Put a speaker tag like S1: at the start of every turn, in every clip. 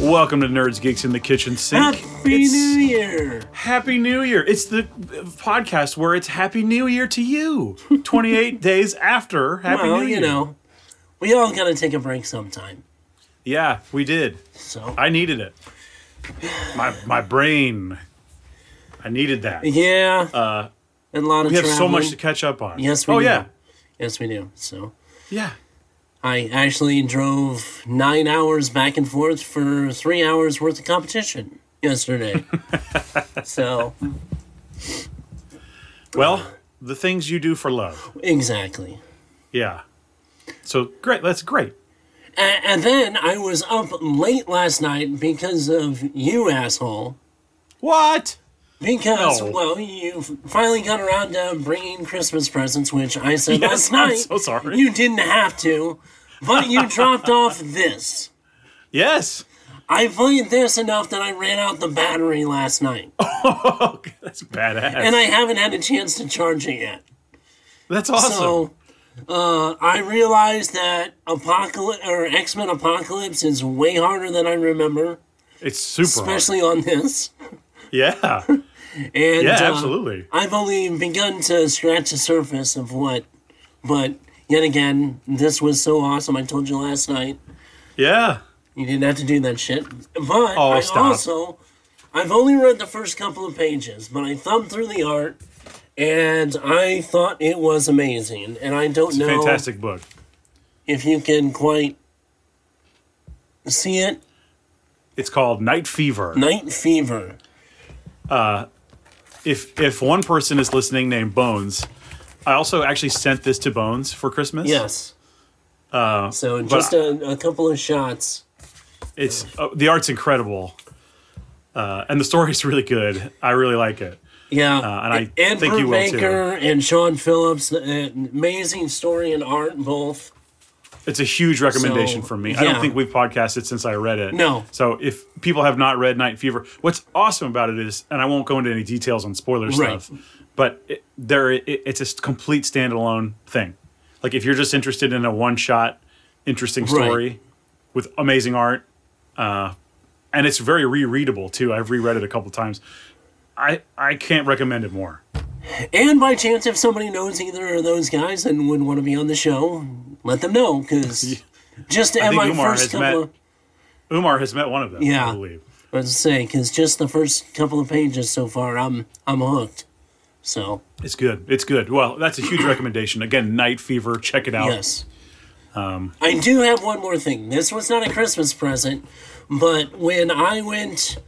S1: Welcome to Nerds Geeks in the Kitchen Sink.
S2: Happy
S1: It's-
S2: New Year!
S1: Happy New Year. It's the podcast where it's Happy New Year to you. 28 days after Happy
S2: well,
S1: New Year.
S2: you know, we all gotta take a break sometime.
S1: Yeah, we did.
S2: So
S1: I needed it. My my brain. I needed that. We
S2: yeah, uh, and a lot of
S1: have so
S2: traveling.
S1: much to catch up on.
S2: Yes, we
S1: Oh
S2: do.
S1: yeah.
S2: Yes, we do. So
S1: Yeah.
S2: I actually drove nine hours back and forth for three hours worth of competition yesterday. so
S1: Well, the things you do for love.
S2: exactly.
S1: Yeah. So great. That's great.
S2: And, and then I was up late last night because of you, asshole.
S1: What?
S2: Because,
S1: No.
S2: well, you f- finally got around to bringing Christmas presents, which I said
S1: Yes,
S2: last
S1: I'm
S2: night.
S1: so sorry.
S2: You didn't have to, but you dropped off this.
S1: Yes.
S2: I played this enough that I ran out the battery last night,
S1: Oh, that's badass.
S2: and I haven't had a chance to charge it yet.
S1: that's awesome.
S2: So, uh, I realized that Apocalypse or X Men Apocalypse is way harder than I remember,
S1: it's super. hard.
S2: especially on this.
S1: Yeah.
S2: And
S1: Yeah,
S2: uh,
S1: absolutely.
S2: I've only begun to scratch the surface of what, but yet again, this was so awesome. I told you last night
S1: Yeah.
S2: you didn't have to do that shit. But I
S1: Oh, stop.
S2: also, I've only read the first couple of pages, but I thumbed through the art, and I thought it was amazing. And I don't know
S1: Fantastic book.
S2: if you can quite see it.
S1: It's called Night Fever.
S2: Night Fever.
S1: If if one person is listening named Bones, I also actually sent this to Bones for Christmas.
S2: Yes. Uh, so just a, a couple of shots.
S1: It's uh, the art's incredible. Uh, and the story's really good. I really like it.
S2: Yeah,
S1: Uh, and I
S2: Ed
S1: think you will, too.
S2: Brubaker and Sean Phillips, uh, amazing story and art, both.
S1: It's a huge recommendation
S2: So,
S1: from me. I don't
S2: yeah.
S1: think we've podcasted since I read it.
S2: No.
S1: So if people have not read Night Fever, what's awesome about it is, and I won't go into any details on spoiler
S2: Right.
S1: stuff, but it, there it, it's a complete standalone thing. Like if you're just interested in a one shot, interesting story with amazing art, uh, and it's very rereadable too. I've reread it a couple times. I I can't recommend it more.
S2: And by chance, if somebody knows either of those guys and would want to be on the show, let them know because just at
S1: think
S2: my
S1: Umar has
S2: first couple,
S1: met-
S2: of,
S1: Umar has met one of them.
S2: Yeah.
S1: I believe.
S2: I was saying, because just the first couple of pages so far, I'm I'm hooked. So
S1: It's good. It's good. Well, that's a huge recommendation. Again, Night Fever. Check it out.
S2: yes, Um, I do have one more thing. This was not a Christmas present, but when I went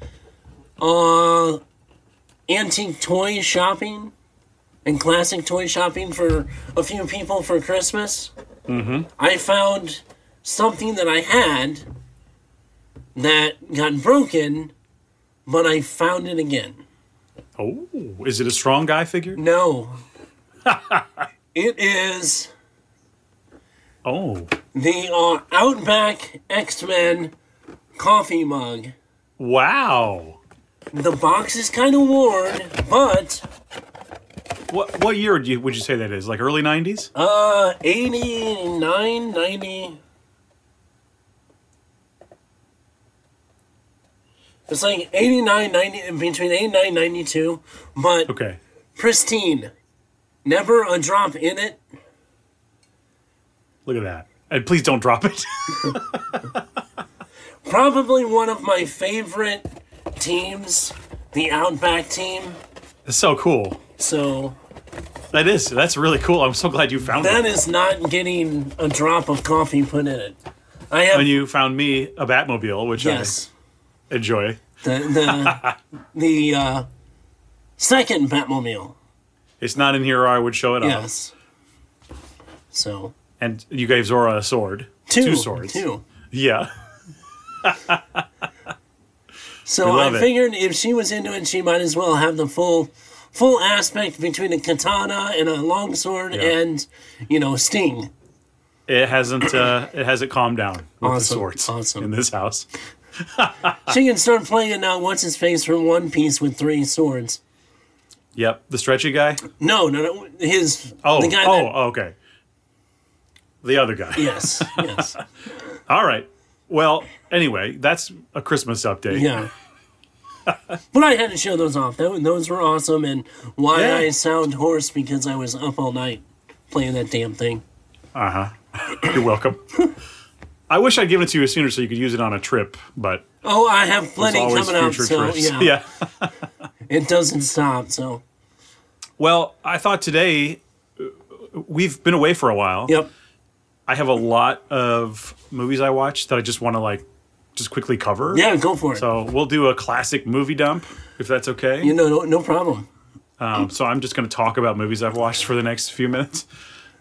S2: uh antique toy shopping and classic toy shopping for a few people for Christmas, I found something that I had that got broken, but I found it again.
S1: Oh, is it a strong guy figure?
S2: No. it is
S1: Oh,
S2: the uh, Outback X Men coffee mug.
S1: wow.
S2: The box is kind of worn, but
S1: What what year do you, would you say that is? Like early '90s?
S2: uh, 89, 90. It's like 89, 90, between 89 and 92, but
S1: okay.
S2: pristine. Never a drop in it.
S1: Look at that. And please don't drop it.
S2: Probably one of my favorite teams, the Outback team.
S1: That's so cool.
S2: So
S1: That is. That's really cool. I'm so glad you found
S2: that
S1: it.
S2: is not getting a drop of coffee put in it. I have
S1: And you found me a Batmobile, which
S2: yes.
S1: I enjoy.
S2: the the, the uh, second Batmobile.
S1: It's not in here, or I would show it off.
S2: Yes. So
S1: And you gave Zora a sword.
S2: two,
S1: swords.
S2: Two.
S1: Yeah.
S2: So
S1: We
S2: I
S1: love it.
S2: figured if she was into it, she might as well have the full full aspect between a katana and a longsword
S1: Yeah.
S2: and you know sting.
S1: It hasn't. Uh, it hasn't calmed down with
S2: Awesome,
S1: the swords
S2: awesome.
S1: in this house.
S2: She can start playing uh, what's his face from One Piece with three swords.
S1: Yep. The stretchy guy.
S2: No, no, no his
S1: Oh.
S2: the guy
S1: oh.
S2: that,
S1: okay. The other guy.
S2: yes, yes.
S1: All right. Well, anyway, that's a Christmas update.
S2: Yeah. but I had to show those off. That, those were awesome. And why
S1: Yeah.
S2: I sound hoarse because I was up all night playing that damn thing.
S1: Uh huh. You're welcome. I wish I'd given it to you sooner so you could use it on a trip, but
S2: Oh, I have
S1: there's
S2: plenty
S1: always
S2: coming up.
S1: future
S2: So
S1: trips.
S2: yeah,
S1: yeah.
S2: it doesn't stop. So
S1: Well, I thought today uh, we've been away for a while.
S2: yep.
S1: I have a lot of movies I watch that I just want to like just quickly cover.
S2: Yeah, go for it.
S1: So we'll do a classic movie dump if that's okay.
S2: you know, no, no problem.
S1: Um, so I'm just going to talk about movies I've watched for the next few minutes.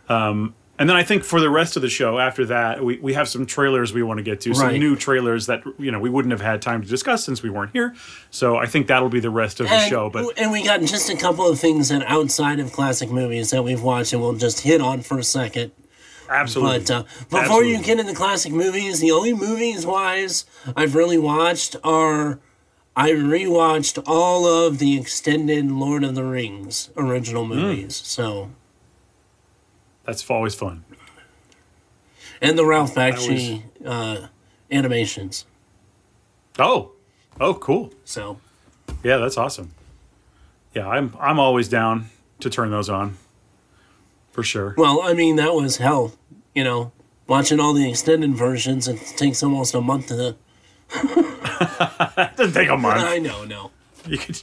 S1: Um, and then I think for the rest of the show after that, we, we have some trailers we want to get to, some
S2: Right.
S1: new trailers that you know we wouldn't have had time to discuss since we weren't here. So I think that'll be the rest of the
S2: And,
S1: show. But
S2: and we got just a couple of things that outside of classic movies that we've watched and we'll just hit on for a second.
S1: absolutely,
S2: But uh, before
S1: Absolutely.
S2: you get into classic movies, the only movies wise I've really watched are I rewatched all of the extended Lord of the Rings original
S1: Hmm.
S2: movies. So
S1: that's always fun.
S2: and the Ralph
S1: always-
S2: Bakshi uh, animations.
S1: Oh, oh, cool.
S2: So
S1: Yeah, that's awesome. Yeah, I'm I'm always down to turn those on for sure.
S2: well, I mean that was hell, you know, watching all the extended versions. It takes almost a month to.
S1: It doesn't take a month.
S2: I know, no.
S1: You could,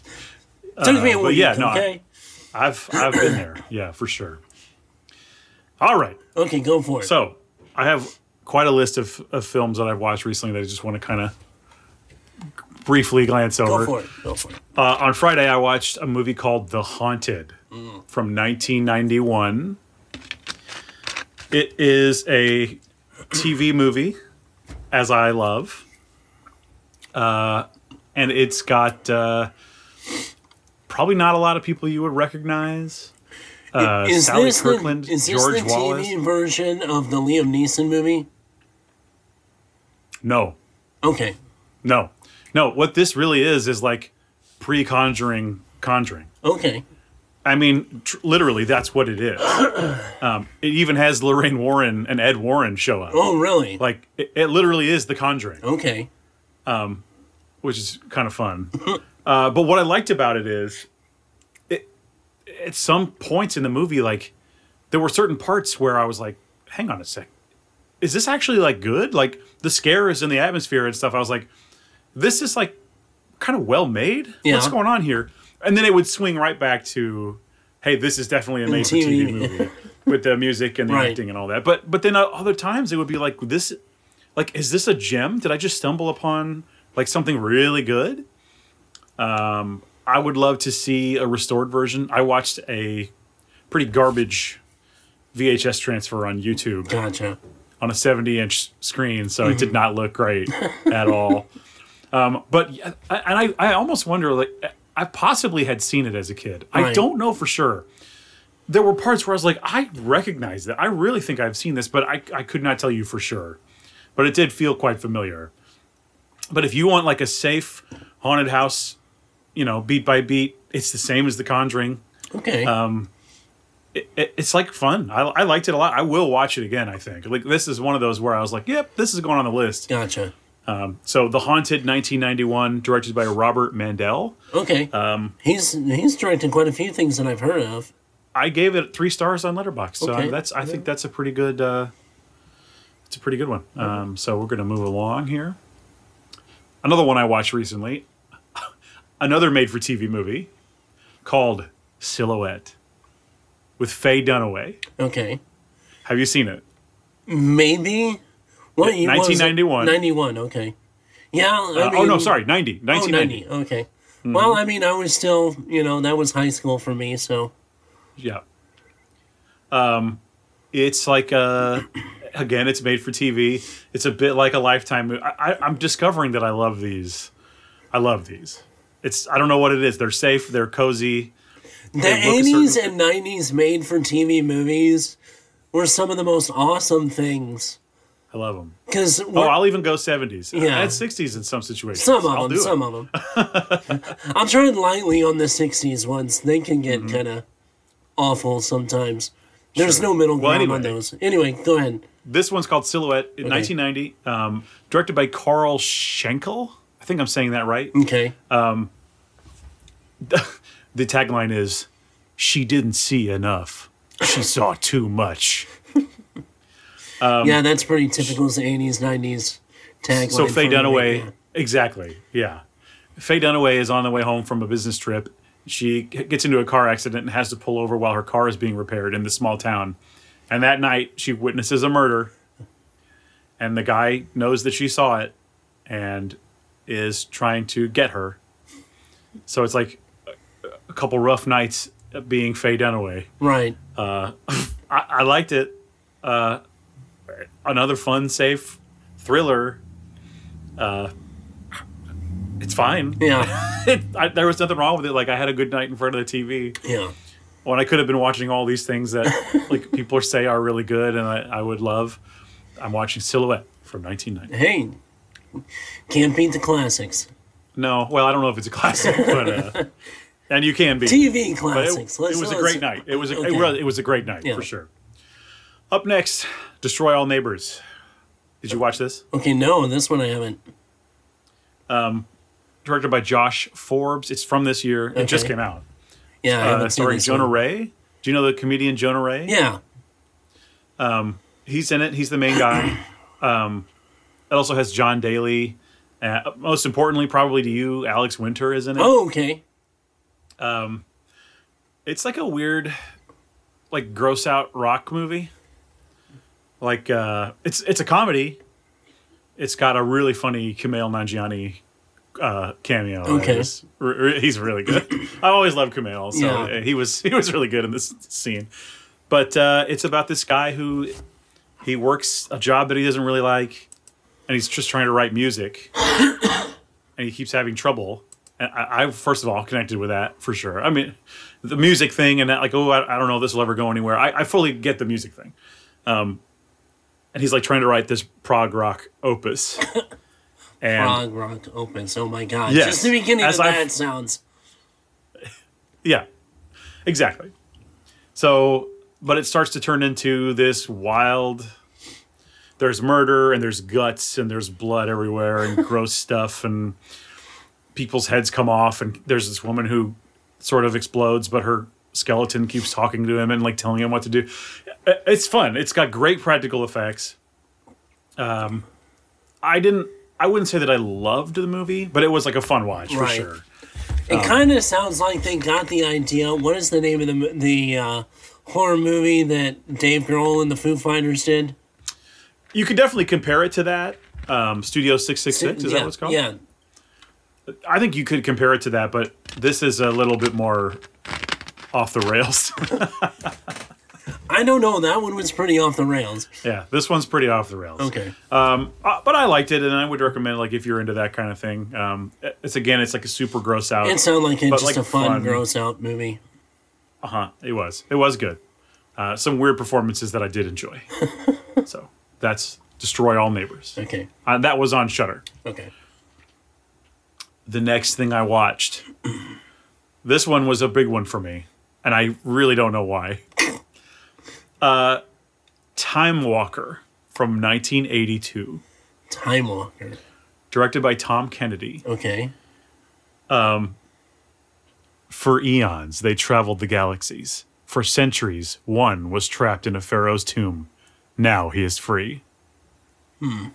S2: Took me a
S1: Uh, but
S2: week.
S1: yeah, no, I-
S2: okay,
S1: I've I've been there. Yeah, for sure. All right.
S2: okay, go for it.
S1: So I have quite a list of, of films that I've watched recently that I just want to kind of briefly glance
S2: go
S1: over.
S2: for it. Go for it.
S1: Uh, on Friday, I watched a movie called The Haunted
S2: Mm.
S1: from 1991. It is a TV movie, as I love. Uh, and it's got uh, probably not a lot of people you would recognize. Uh, Sally Kirkland,
S2: the, is this
S1: George
S2: the
S1: Wallace.
S2: TV version of the Liam Neeson movie?
S1: No,
S2: Okay.
S1: no, no. What this really is is like pre conjuring, conjuring.
S2: Okay.
S1: I mean, tr- literally, that's what it is. Um, it even has Lorraine Warren and Ed Warren show up.
S2: Oh, really?
S1: Like, it, it literally is The Conjuring,
S2: okay.
S1: which is kind of fun. Uh, but what I liked about it is, it, at some points in the movie, like, there were certain parts where I was like, hang on a sec. Is this actually, like, good? Like, the scares and the atmosphere and stuff, I was like, this is, like, kind of well made. What's
S2: Yeah.
S1: going on here? And then it would swing right back to, hey, this is definitely a made for TV
S2: TV.
S1: movie with the music and the
S2: Right.
S1: acting and all that. But but then uh, other times it would be like this, like is this a gem? Did I just stumble upon like something really good? Um, I would love to see a restored version. I watched a pretty garbage VHS transfer on YouTube
S2: Gotcha.
S1: on a 70 inch screen, so it did not look great at all. Um, but yeah, I- and I, I almost wonder like I possibly had seen it as a kid. I
S2: Right.
S1: don't know for sure. There were parts where I was like, I recognize that. I really think I've seen this, but I I could not tell you for sure. But it did feel quite familiar. But if you want like a safe haunted house, you know, beat by beat, it's the same as The Conjuring.
S2: Okay.
S1: um, It, it, it's like fun. I, I liked it a lot. I will watch it again. I think like this is one of those where I was like, yep, this is going on the list.
S2: gotcha.
S1: So, The Haunted 1991, directed by Robert Mandel.
S2: Okay. Um, he's he's directed quite a few things that I've heard of.
S1: I gave it three stars on Letterboxd. So,
S2: Okay.
S1: that's I think that's a pretty good uh, it's a pretty good one. Um, so, we're going to move along here. Another one I watched recently, another made for TV movie called Silhouette with Faye Dunaway.
S2: Okay.
S1: Have you seen it?
S2: Maybe. What year was it?
S1: 1991.
S2: 91. Okay. Yeah. I
S1: Uh,
S2: mean,
S1: oh, no, sorry, Mm-hmm. 90.
S2: Oh,
S1: 1990.
S2: 90. Okay. Well, I mean, I was still, you know, that was high school for me, so
S1: Yeah. Um, it's like a, again, it's made for TV. It's a bit like a lifetime. mo- I, I, I'm discovering that I love these. I love these. It's I don't know what it is. They're safe. They're cozy.
S2: The
S1: look a certain-
S2: eighties and nineties made for TV movies were some of the most awesome things.
S1: I love them.
S2: Because
S1: Oh, I'll even go 70s.
S2: Yeah.
S1: Yeah, and 60s in some situations.
S2: some
S1: I'll
S2: of them,
S1: do
S2: some
S1: it.
S2: of them. I'm tread lightly on the sixties ones. They can get
S1: Mm-hmm.
S2: kind of awful sometimes. There's no middle
S1: Well,
S2: ground on
S1: anyway.
S2: those. Anyway, go ahead.
S1: This one's called Silhouette in
S2: Okay.
S1: 1990, um, directed by Carl Schenkel. I think I'm saying that right.
S2: Okay.
S1: The tagline is She didn't see enough. She saw too much.
S2: yeah, that's pretty typical of the 80s, 90s tagline.
S1: Um, So Faye
S2: for a
S1: Dunaway,
S2: movie.
S1: exactly, yeah. Faye Dunaway is on the way home from a business trip. She g- gets into a car accident and has to pull over while her car is being repaired in the small town. And that night, she witnesses a murder. And the guy knows that she saw it, and is trying to get her. So it's like a- a couple rough nights of being Faye Dunaway.
S2: Right.
S1: I, I liked it. Uh, another fun, safe thriller. Uh, it's fine.
S2: Yeah.
S1: I, there was nothing wrong with it. Like I had a good night in front of the TV
S2: Yeah.
S1: when I could have been watching all these things that like people say are really good and I, I would love. I'm watching Silhouette from 1990.
S2: Hey, can't beat the classics.
S1: No, well, I don't know if it's a classic, but uh, and you can be.
S2: TV
S1: But it,
S2: classics.
S1: it
S2: Let's-
S1: was a
S2: let's-
S1: great night. It was a
S2: Okay.
S1: it, was, it was a great night
S2: Yeah.
S1: for sure. Up next, destroy all neighbors. Did you watch this?
S2: Okay, no, this one I haven't.
S1: Directed by Josh Forbes. It's from this year. It just
S2: Okay.
S1: came out.
S2: Yeah, I
S1: Uh,
S2: haven't seen
S1: starring
S2: this
S1: Jonah
S2: one.
S1: Ray. Do you know the comedian Jonah Ray?
S2: Yeah.
S1: He's in it. He's the main guy. um, it also has John Daly. Uh, most importantly, probably to you, Alex Winter is in it.
S2: Oh, okay.
S1: it's like a weird like gross out rock movie like uh it's it's a comedy it's got a really funny Kumail Nanjiani uh cameo
S2: Okay.
S1: It's re- re- he's really good i always love Kumail so
S2: Yeah.
S1: uh, he was he was really good in this scene but uh it's about this guy who he works a job that he doesn't really like and he's just trying to write music and he keeps having trouble and I, I first of all connected with that for sure i mean the music thing and that like oh i, I don't know if this will ever go anywhere I, I fully get the music thing um, and he's like trying to write this prog rock opus and
S2: Prog Rock Opens. Oh my god.
S1: Yes.
S2: Just the beginning
S1: As
S2: of
S1: I've-
S2: that sounds.
S1: Yeah, exactly. So, but it starts to turn into this wild. There's murder and there's guts and there's blood everywhere and gross stuff and people's heads come off and there's this woman who sort of explodes, but her skeleton keeps talking to him and like telling him what to do. I- It's fun. It's got great practical effects. Um, I didn't. I wouldn't say that I loved the movie, but it was like a fun watch for
S2: Right.
S1: sure.
S2: It
S1: Um,
S2: kind of sounds like they got the idea. What is the name of the mo- the uh, horror movie that Dave Grohl and the Foo Fighters did?
S1: you could definitely compare it to that. Um, Studio Six Six Six is
S2: yeah,
S1: that what it's called?
S2: Yeah.
S1: I think you could compare it to that, but this is a little bit more off the rails.
S2: I don't know. That one was pretty off the rails.
S1: yeah, this one's pretty off the rails.
S2: Okay.
S1: Um, uh, but I liked it, and I would recommend like if you're into that kind of thing. Um, it's again, it's like a super gross out.
S2: It sounded like it,
S1: But,
S2: just
S1: like,
S2: a fun,
S1: fun.
S2: gross out movie.
S1: Uh huh. It was. It was good. Uh, some weird performances that I did enjoy. so that's destroy all neighbors.
S2: Okay.
S1: Uh, that was on Shutter.
S2: Okay.
S1: the next thing I watched. this one was a big one for me, and I really don't know why. Uh, Time Walker from 1982,
S2: Time Walker.
S1: directed by Tom Kennedy.
S2: Okay.
S1: For eons, they traveled the galaxies. For centuries, one was trapped in a pharaoh's tomb. Now he is free. Hmm.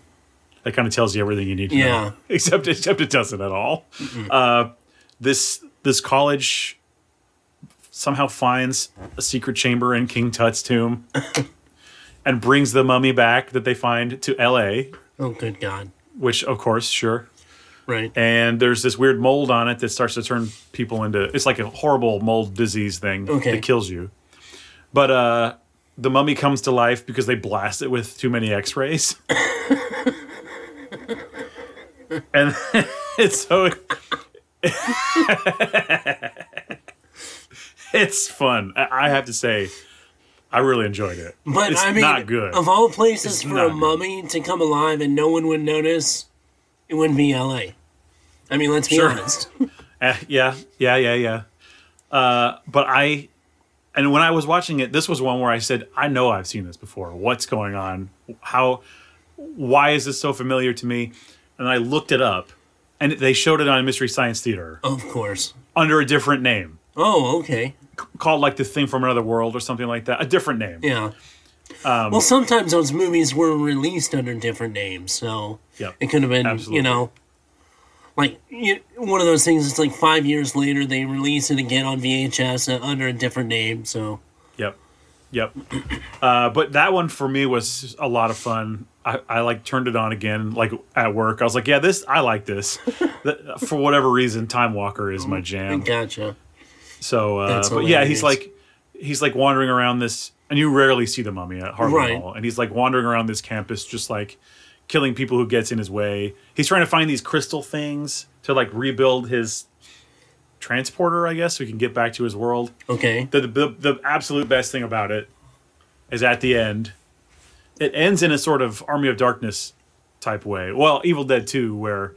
S1: That kind of tells you everything you need to
S2: Yeah.
S1: know. Except, except it doesn't at all. Uh, this this college somehow finds a secret chamber in King Tut's tomb and brings the mummy back that they find to L.A.
S2: Oh, good God.
S1: Which, of course, sure,
S2: Right.
S1: and there's this weird mold on it that starts to turn people into it's like a horrible mold disease thing
S2: Okay.
S1: that kills you but uh the mummy comes to life because they blast it with too many x-rays and it's so it's fun i I have to say i really enjoyed it
S2: But
S1: it's
S2: I mean,
S1: not good
S2: of all places for
S1: not
S2: a
S1: good.
S2: mummy to come alive and no one would notice, it wouldn't be L.A. I mean, let's be
S1: Sure.
S2: honest.
S1: Eh, yeah, yeah, yeah, yeah. Uh, but I, and when I was watching it, this was one where I said, I know I've seen this before. What's going on? How? Why is this so familiar to me? And I looked it up, and they showed it on Mystery Science Theater
S2: Of course.
S1: under a different name,
S2: Oh, okay.
S1: c- called like the Thing from Another World or something like that. A different name.
S2: Yeah.
S1: Um,
S2: well, sometimes those movies were released under different names, so
S1: Yeah.
S2: it could have been,
S1: Absolutely.
S2: you know, like you, one of those things. It's like five years later they release it again on VHS uh, under a different name. So
S1: Yep. Yep. Uh, but that one for me was a lot of fun. I, I like turned it on again, like at work. I was like, yeah, this, I like this. Th- for whatever reason, Time Walker is my jam.
S2: gotcha.
S1: So, uh,
S2: That's
S1: but yeah,
S2: hilarious.
S1: he's like, he's like wandering around this, and you rarely see the mummy at Harvard
S2: Right.
S1: Hall. And he's like wandering around this campus, just like killing people who gets in his way. He's trying to find these crystal things to like rebuild his transporter, I guess, so he can get back to his world
S2: Okay.
S1: the, the the absolute best thing about it is at the end. It ends in a sort of Army of Darkness type way. Well, Evil Dead Two, where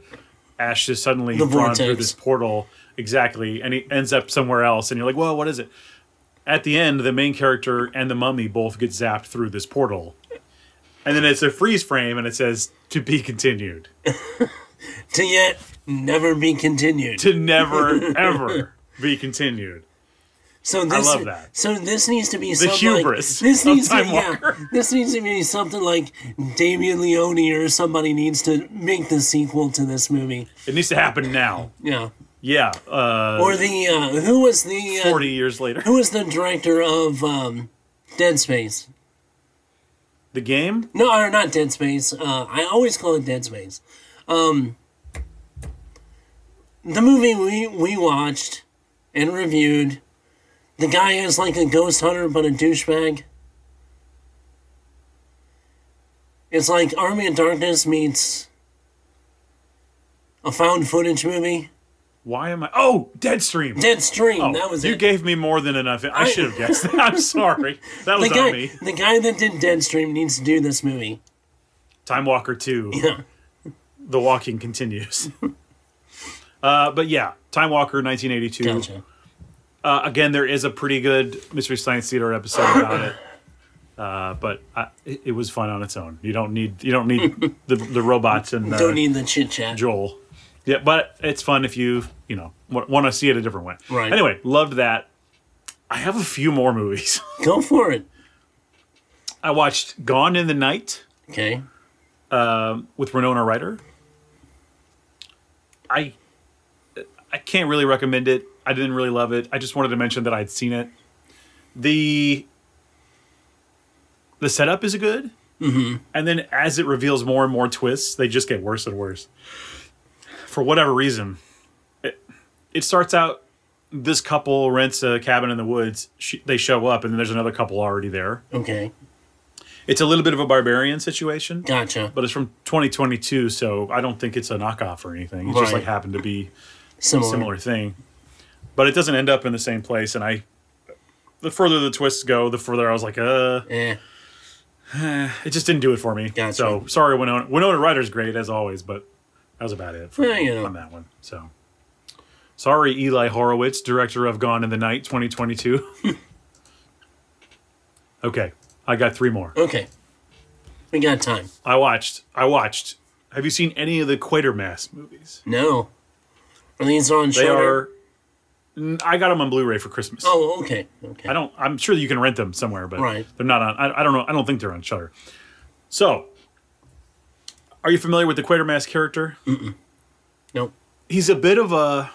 S1: Ash is suddenly
S2: The
S1: drawn through
S2: vortex.
S1: this portal exactly, and he ends up somewhere else, and you're like, "Well, what is it?" At the end, the main character and the mummy both get zapped through this portal, and then it's a freeze frame, and it says "to be continued."
S2: To yet never be continued.
S1: To never ever be continued.
S2: So this,
S1: love that.
S2: So this needs to be
S1: The
S2: something
S1: hubris
S2: Like, this
S1: of
S2: needs to,
S1: Time
S2: yeah,
S1: Walker.
S2: This needs to be something like Damien Leone or somebody needs to make the sequel to this movie.
S1: It needs to happen now.
S2: Yeah.
S1: Yeah, uh,
S2: Or the uh, who was the uh,
S1: forty years later.
S2: who was the director of um, Dead Space?
S1: The game.
S2: No, or not Dead Space. Uh, I always call it Dead Space. Um, the movie we we watched and reviewed. The guy is like a ghost hunter, but a douchebag. It's like Army of Darkness meets a found footage movie.
S1: Why am I? Oh, Deadstream.
S2: Deadstream,
S1: Oh,
S2: that was
S1: you
S2: it.
S1: gave me more than enough. I, should have guessed. that. I'm sorry. That
S2: the
S1: was on
S2: guy,
S1: me.
S2: the guy that did Deadstream needs to do this movie.
S1: Time Walker Two.
S2: Yeah.
S1: The walking continues. uh, but yeah, Time Walker 1982.
S2: Gotcha.
S1: Uh, again, there is a pretty good Mystery Science Theater episode about it. Uh, but I, it, it was fun on its own. You don't need you don't need the the robots and the
S2: Don't need the chit chat.
S1: Joel. Yeah, but it's fun if you you know want to see it a different way.
S2: Right.
S1: Anyway, loved that. I have a few more movies.
S2: Go for it.
S1: I watched Gone in the Night
S2: Okay.
S1: with Renona Ryder. I I can't really recommend it. I didn't really love it. I just wanted to mention that I'd seen it. The the setup is good, mm-hmm. and then as it reveals more and more twists, they just get worse and worse. For whatever reason, it, it starts out this couple rents a cabin in the woods. She, they show up, and then there's another couple already there.
S2: Okay.
S1: It's a little bit of a barbarian situation
S2: Gotcha.
S1: but it's from 2022, so I don't think it's a knockoff or anything. It just
S2: Right.
S1: like happened to be
S2: Similar.
S1: similar thing, but it doesn't end up in the same place. And I, the further the twists go, the further I was like, uh,
S2: Eh.
S1: it just didn't do it for me.
S2: Gotcha.
S1: So sorry, Winona. Winona Ryder's great as always, but that was about it for
S2: Yeah,
S1: me
S2: you know.
S1: on that one. So sorry, Eli Horowitz, director of Gone in the Night 2022. okay, I got three more.
S2: Okay. We got time.
S1: I watched. I watched. Have you seen any of the Quatermass movies?
S2: No. Are these on
S1: They
S2: Shudder?
S1: are. N- I got them on Blu-ray for Christmas.
S2: Oh, okay. Okay.
S1: I don't. I'm sure that you can rent them somewhere, but
S2: Right.
S1: they're not on. I, I don't know. I don't think they're on Shutter. So, are you familiar with the Quatermass character?
S2: Mm. Nope.
S1: He's a bit of a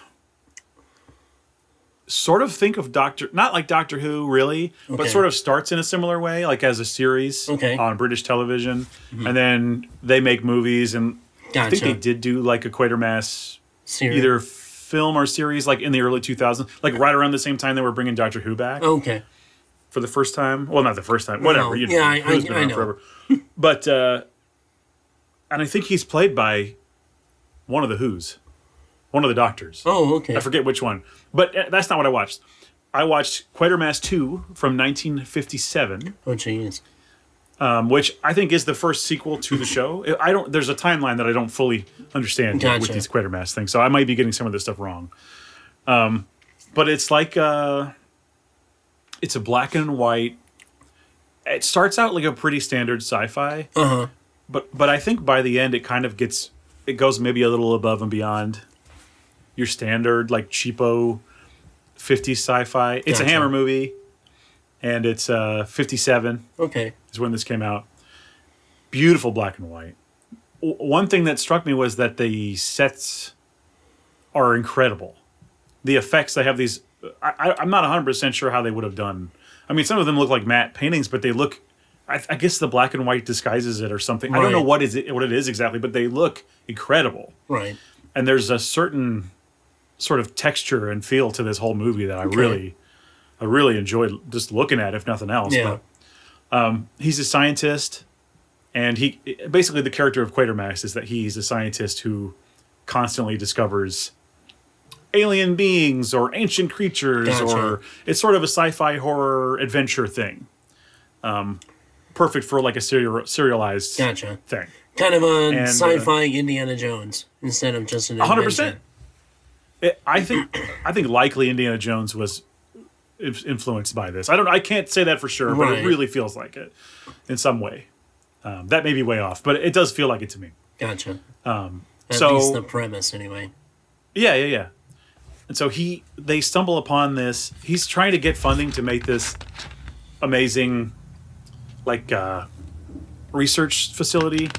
S1: sort of think of Doctor, not like Doctor Who, really, but
S2: Okay.
S1: sort of starts in a similar way, like as a series
S2: Okay. Mm-hmm.
S1: on British television, and then they make movies, and I think
S2: Gotcha.
S1: they did do like a Quatermass
S2: Serious.
S1: either film or series like in the early 2000s like right around the same time they were bringing doctor who back
S2: Okay.
S1: for the first time well not the first time whatever
S2: Oh. No.
S1: you know,
S2: Yeah, I-
S1: Who's
S2: I-
S1: been
S2: I
S1: around
S2: know.
S1: forever but uh and i think he's played by one of the who's one of the doctors
S2: Oh, okay.
S1: i forget which one but uh, that's not what i watched i watched quatermass 2 from 1957
S2: Oh, jeez.
S1: um, which I think is the first sequel to the show. I don't. There's a timeline that I don't fully understand with
S2: Gotcha.
S1: these Quatermass things, so I might be getting some of this stuff wrong. Um, but it's like uh, It's a black and white. It starts out like a pretty standard sci-fi,
S2: Uh-huh.
S1: but but I think by the end it kind of gets it goes maybe a little above and beyond your standard like cheapo 50s sci-fi. It's a
S2: Gotcha.
S1: Hammer movie, and it's uh, 57
S2: Okay.
S1: is when this came out. Beautiful black and white. W- one thing that struck me was that the sets are incredible. The effects they have these. I, I, I'm not 100% sure how they would have done. I mean, some of them look like matte paintings, but they look. I, I guess the black and white disguises it or something. I don't know
S2: Right.
S1: what is it, what it is exactly, but they look incredible.
S2: Right.
S1: And there's a certain sort of texture and feel to this whole movie that I really, I really enjoyed just looking at, if nothing else.
S2: Yeah.
S1: But he's a scientist and he basically the character of quatermass is that he's a scientist who constantly discovers alien beings or ancient creatures
S2: Gotcha.
S1: or it's sort of a sci-fi horror adventure thing um, perfect for like a serial, serialized
S2: Gotcha.
S1: thing
S2: Kind of a
S1: uh,
S2: sci-fi Indiana Jones instead of just an.
S1: hundred percent.
S2: adventure.
S1: It- I think I think likely Indiana Jones was inf- influenced by this. I don't. I can't say that for sure, but
S2: Right.
S1: it really feels like it in some way. Um, that may be way off, but it does feel like it to me.
S2: Gotcha. Um. At
S1: so-
S2: least the premise, anyway.
S1: Yeah, yeah, yeah. And so he they stumble upon this. He's trying to get funding to make this amazing like uh research facility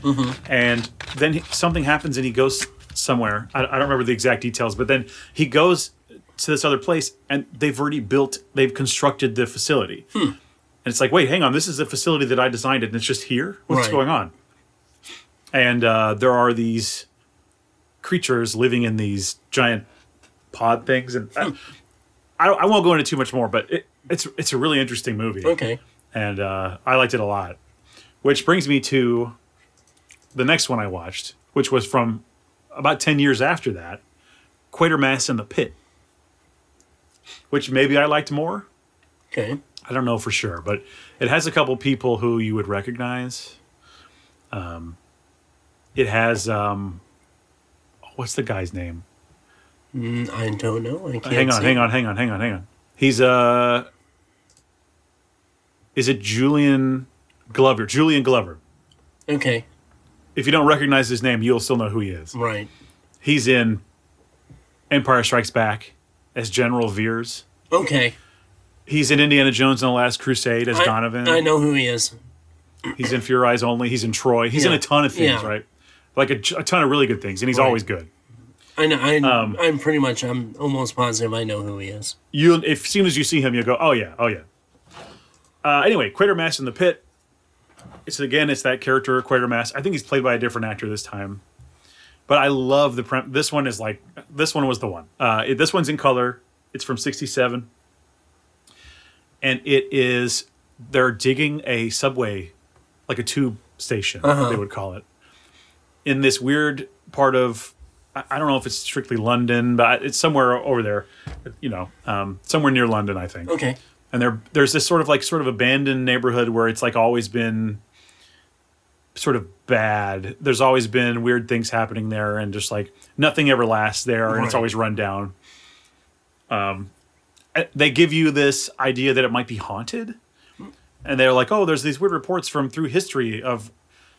S1: and then he- something happens and he goes somewhere I, I don't remember the exact details but then he goes to this other place and they've already built they've constructed the facility and it's like wait hang on this is the facility that i designed and it's just here what's
S2: Right.
S1: going on and uh, there are these creatures living in these giant pod things and I, I, I won't go into too much more but it, it's it's a really interesting movie
S2: Okay.
S1: and uh, I liked it a lot. Which brings me to the next one I watched, which was from about ten years after that, Quatermass and the Pit, which maybe I liked more.
S2: Okay.
S1: I don't know for sure, but it has a couple people who you would recognize. Um, it has um, what's the guy's name?
S2: Mm, I don't know. I can't.
S1: hang on,
S2: see.
S1: hang on, hang on, hang on, hang on. He's uh is it Julian Glover? Julian Glover.
S2: Okay.
S1: If you don't recognize his name, you'll still know who he is.
S2: Right.
S1: He's in Empire Strikes Back as General Veers.
S2: Okay.
S1: He's in Indiana Jones and the Last Crusade as
S2: I-
S1: Donovan.
S2: I know who he is.
S1: He's in Fear Eyes Only. He's in Troy. He's in
S2: Yeah.
S1: a ton of things,
S2: Yeah.
S1: right? Like a, a ton of really good things, and he's
S2: Right.
S1: always good.
S2: I know. I,
S1: Um,
S2: I'm pretty much. I'm almost positive. I know who he is.
S1: you if as soon as you see him, you'll go, oh yeah, oh yeah. Uh, anyway, Quatermass in the pit. It's again, it's that character Quatermass. I think he's played by a different actor this time, but I love the prem. This one is like this one was the one. Uh, it- this one's in color. It's from '67, and it is they're digging a subway, like a tube station they would call it, in this weird part of I I don't know if it's strictly London, but it's somewhere over there, you know, um, somewhere near London, I think.
S2: Okay.
S1: And there, there's this sort of like sort of abandoned neighborhood where it's like always been sort of bad. There's always been weird things happening there, and just like nothing ever lasts there, and it's
S2: Right.
S1: always run down. Um, eh, they give you this idea that it might be haunted, and they're like, oh, there's these weird reports from through history of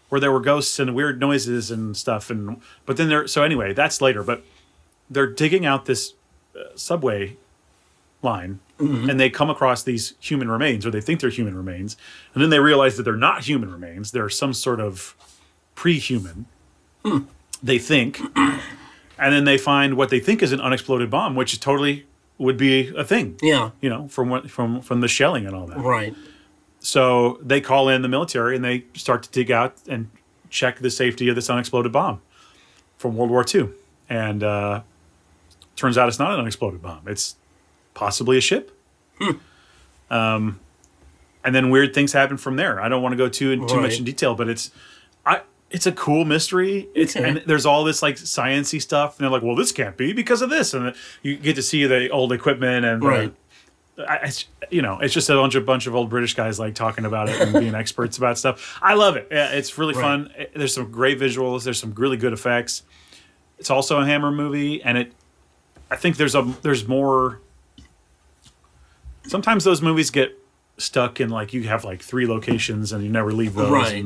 S1: where there were ghosts and weird noises and stuff, and but then they're so anyway, that's later, but they're digging out this uh, subway line and they come across these human remains or they think they're human remains and then they realize that they're not human remains they're some sort of pre-human they think and then they find what they think is an unexploded bomb which is totally would be a thing
S2: Yeah.
S1: you know from what from from the shelling and all that
S2: Right.
S1: so they call in the military and they start to dig out and check the safety of this unexploded bomb from World War II. And uh, turns out it's not an unexploded bomb, it's possibly a ship. Um,
S2: Hmm.
S1: and then weird things happen from there. I don't want to go too too much
S2: Right.
S1: in detail, but it's I it's a cool mystery. It's
S2: Okay.
S1: and there's all this like sciency stuff, and they're like, "Well, this can't be because of this," and you get to see the old equipment and the-
S2: Right.
S1: I, it's, you know, it's just a bunch of bunch of old British guys like talking about it and being experts about stuff. I love it. Yeah, It's really fun. Eh, There's some great visuals. There's some really good effects. It's also a Hammer movie, and it. I think there's a there's more sometimes those movies get stuck in like you have like three locations and you never leave those,
S2: Right.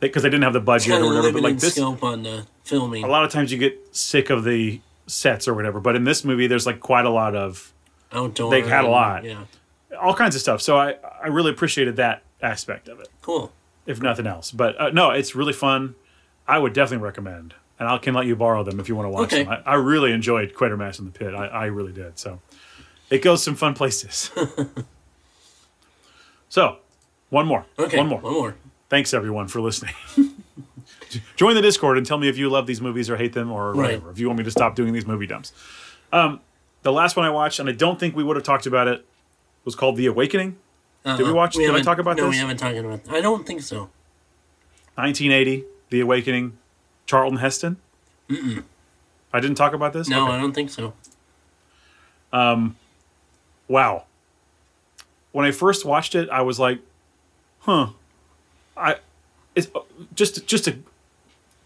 S1: Because they didn't have the budget
S2: Kind
S1: or
S2: of
S1: whatever. But
S2: limited
S1: like
S2: like
S1: this,
S2: scope on the filming.
S1: a lot of times you get sick of the sets or whatever. But in this movie, there's like quite a lot of
S2: Outdoor.
S1: they had a
S2: and-
S1: lot.
S2: Yeah.
S1: all kinds of stuff. So I I really appreciated that aspect of it,
S2: Cool.
S1: if nothing else. But uh, no, it's really fun. I would definitely recommend, and I can let you borrow them if you want to watch
S2: Okay.
S1: them. I, I really enjoyed Quatermass in the Pit. I, I really did. So it goes some fun places. so one more,
S2: Okay.
S1: one more.
S2: One more.
S1: Thanks everyone for listening. Join the Discord and tell me if you love these movies or hate them or
S2: Right.
S1: whatever. If you want me to stop doing these movie dumps. Um, the last one I watched, and I don't think we would have talked about it, was called The Awakening. Did we watch? did I
S2: haven't-
S1: talk about this?
S2: no, Uh-huh. we haven't talked about. I don't think so.
S1: 1980, The Awakening, Charlton Heston. Mm-mm. I didn't talk about this.
S2: No,
S1: Okay.
S2: I don't think so.
S1: Wow. When I first watched it, I was like, "Huh." I it's uh, just just to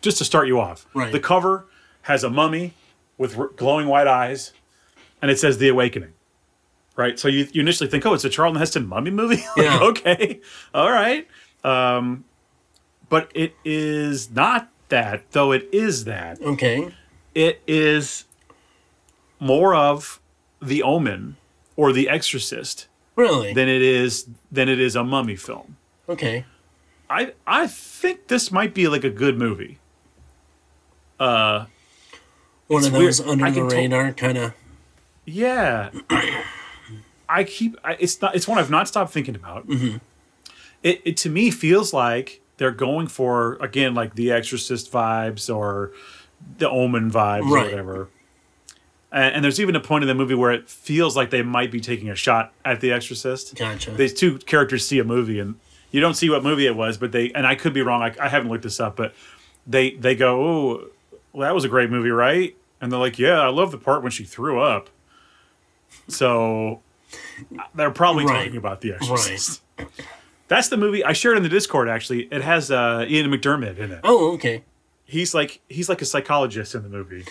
S1: just to start you off.
S2: Right.
S1: The cover has a mummy with r- glowing white eyes, and it says "The Awakening." Right. So you, you initially think, "Oh, it's a Charlton Heston mummy movie." like,
S2: Yeah.
S1: Okay. All right. Um, but it is not that, though. It is that
S2: Okay.
S1: it is more of the omen or the exorcist
S2: Really?
S1: than it is than it is a mummy film
S2: okay.
S1: i i think this might be like a good movie
S2: One of
S1: weird.
S2: those under
S1: I
S2: the
S1: can tell-
S2: radar kind of.
S1: yeah i keep I, it's not it's one i've not stopped thinking about it, it to me feels like they're going for again like the exorcist vibes or the omen vibes
S2: Right.
S1: or whatever and, and there's even a point in the movie where it feels like they might be taking a shot at the exorcist
S2: Gotcha.
S1: these two characters see a movie and you don't see what movie it was but they and i could be wrong i, I haven't looked this up but they they go oh well, that was a great movie right and they're like yeah i love the part when she threw up so they're probably
S2: Right.
S1: talking about the exorcist that's the movie i shared in the discord actually it has uh, ian mcdermott in it
S2: oh, okay.
S1: he's like he's like a psychologist in the movie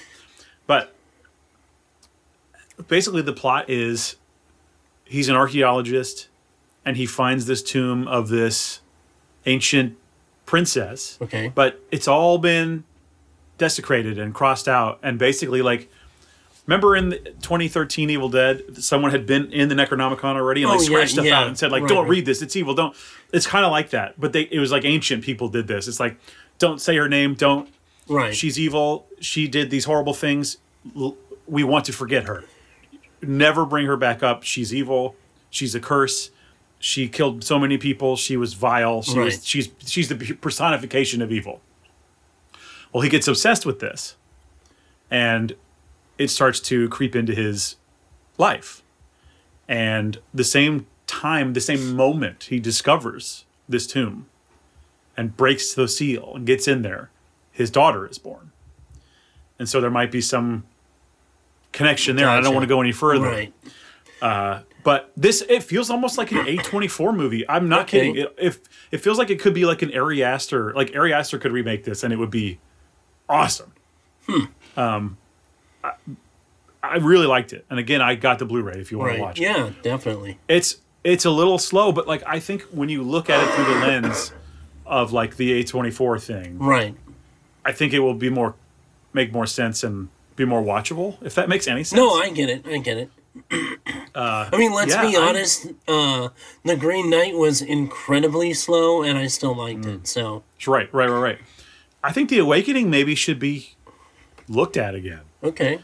S1: but basically the plot is he's an archaeologist and he finds this tomb of this ancient princess
S2: Okay.
S1: but it's all been desecrated and crossed out and basically like remember in the 2013 evil dead someone had been in the necronomicon already and like
S2: Oh, yeah,
S1: scratched stuff
S2: yeah.
S1: out and said like
S2: Right,
S1: don't
S2: right.
S1: read this it's evil don't it's kind of like that but they it was like ancient people did this it's like don't say her name don't
S2: right.
S1: she's evil she did these horrible things L- we want to forget her never bring her back up she's evil she's a curse she killed so many people she was vile she
S2: Right.
S1: was, she's she's the personification of evil well he gets obsessed with this and it starts to creep into his life and the same time the same moment he discovers this tomb and breaks the seal and gets in there his daughter is born and so there might be some connection there i don't
S2: Gotcha.
S1: want to go any further
S2: right.
S1: but this it feels almost like an A24 movie. I'm not
S2: Okay.
S1: kidding. It, if it feels like it could be like an Ari Aster, like Ari Aster could remake this and it would be awesome.
S2: Hmm.
S1: Um I, I really liked it. And again, I got the Blu-ray if you want to
S2: Right.
S1: watch it.
S2: Yeah, definitely.
S1: It's it's a little slow, but like I think when you look at it through the lens of like the A24 thing,
S2: Right.
S1: I think it will be more make more sense and be more watchable if that makes any sense.
S2: No, I get it. I get it. I mean, let's
S1: Uh, yeah,
S2: be
S1: I'm-
S2: honest. Uh, the Green Knight was incredibly slow, and I still liked
S1: Hmm.
S2: it. So
S1: Right, right, right, right. I think the awakening maybe should be looked at again.
S2: okay,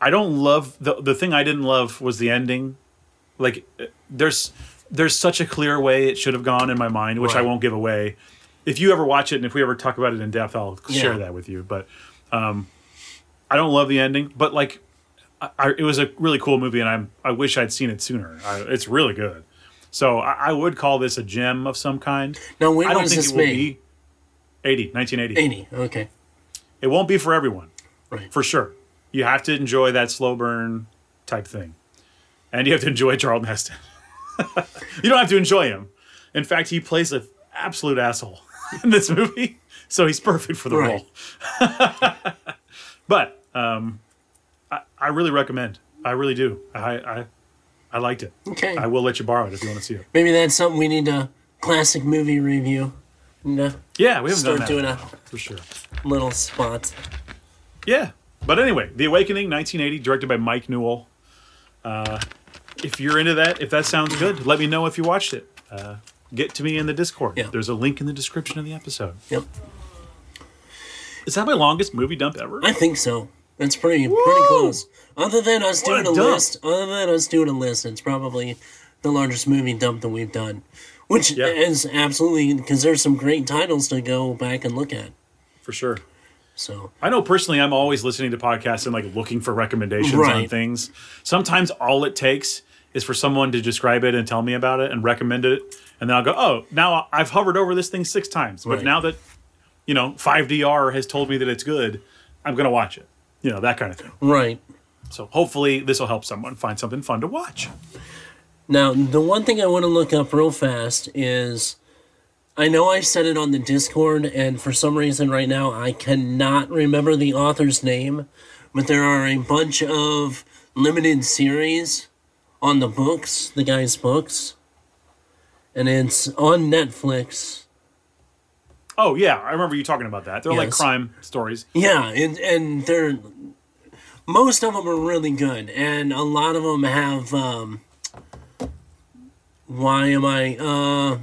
S1: I don't love the the thing I didn't love was the ending. Like uh, there's there's such a clear way it should have gone in my mind, which I
S2: Right.
S1: won't give away. If you ever watch it and if we ever talk about it in depth, I'll
S2: Yeah.
S1: share that with you. But um, I don't love the ending, but like I, I, it was a really cool movie, and I'm I wish I'd seen it sooner. I, it's really good. So I, I would call this a gem of some kind.
S2: now when
S1: I don't
S2: was
S1: think
S2: this
S1: it will
S2: made?
S1: be 80, 1980.
S2: Eighty. Okay,
S1: It won't be for everyone,
S2: right.
S1: for sure. You have to enjoy that slow burn type thing. And you have to enjoy Charlton Heston. you don't have to enjoy him. In fact, he plays an absolute asshole in this movie. So he's perfect for the
S2: Right.
S1: role. but um, I, I really recommend. I really do. I, I I liked it.
S2: Okay.
S1: I will let you borrow it if you want to see it.
S2: Maybe that's something we need to classic movie review. No.
S1: Yeah, we haven't done
S2: Start
S1: that
S2: doing
S1: in a
S2: a
S1: while, for sure.
S2: little spots.
S1: Yeah. But anyway, The Awakening, 1980, directed by Mike Newell. Uh, if you're into that, if that sounds good, let me know if you watched it. Uh, get to me in the Discord.
S2: Yeah.
S1: There's a link in the description of the episode.
S2: Yep.
S1: Is that my longest movie dump ever?
S2: I think so. That's pretty pretty close. Other than us
S1: What a
S2: doing a,
S1: dump.
S2: list, other than us doing a list, it's probably the largest movie dump that we've done, which
S1: Yeah.
S2: is absolutely because there's some great titles to go back and look at.
S1: For sure.
S2: So
S1: I know personally, I'm always listening to podcasts and like looking for recommendations on
S2: Right.
S1: things. Sometimes all it takes is for someone to describe it and tell me about it and recommend it, and then I'll go, "Oh, now I've hovered over this thing six times, but
S2: Right.
S1: now that you know 5DR has told me that it's good, I'm gonna watch it." You know that kind of thing.
S2: right
S1: So hopefully this will help someone find something fun to watch.
S2: now, the one thing I want to look up real fast is, I know I said it on the Discord, and for some reason right now I cannot remember the author's name, but there are a bunch of limited series on the books, the guy's books, and it's on Netflix.
S1: Oh yeah, I remember you talking about that. They're like
S2: Yes.
S1: crime stories.
S2: Yeah, and and they're most of them are really good, and a lot of them have. Um, why am I? Uh,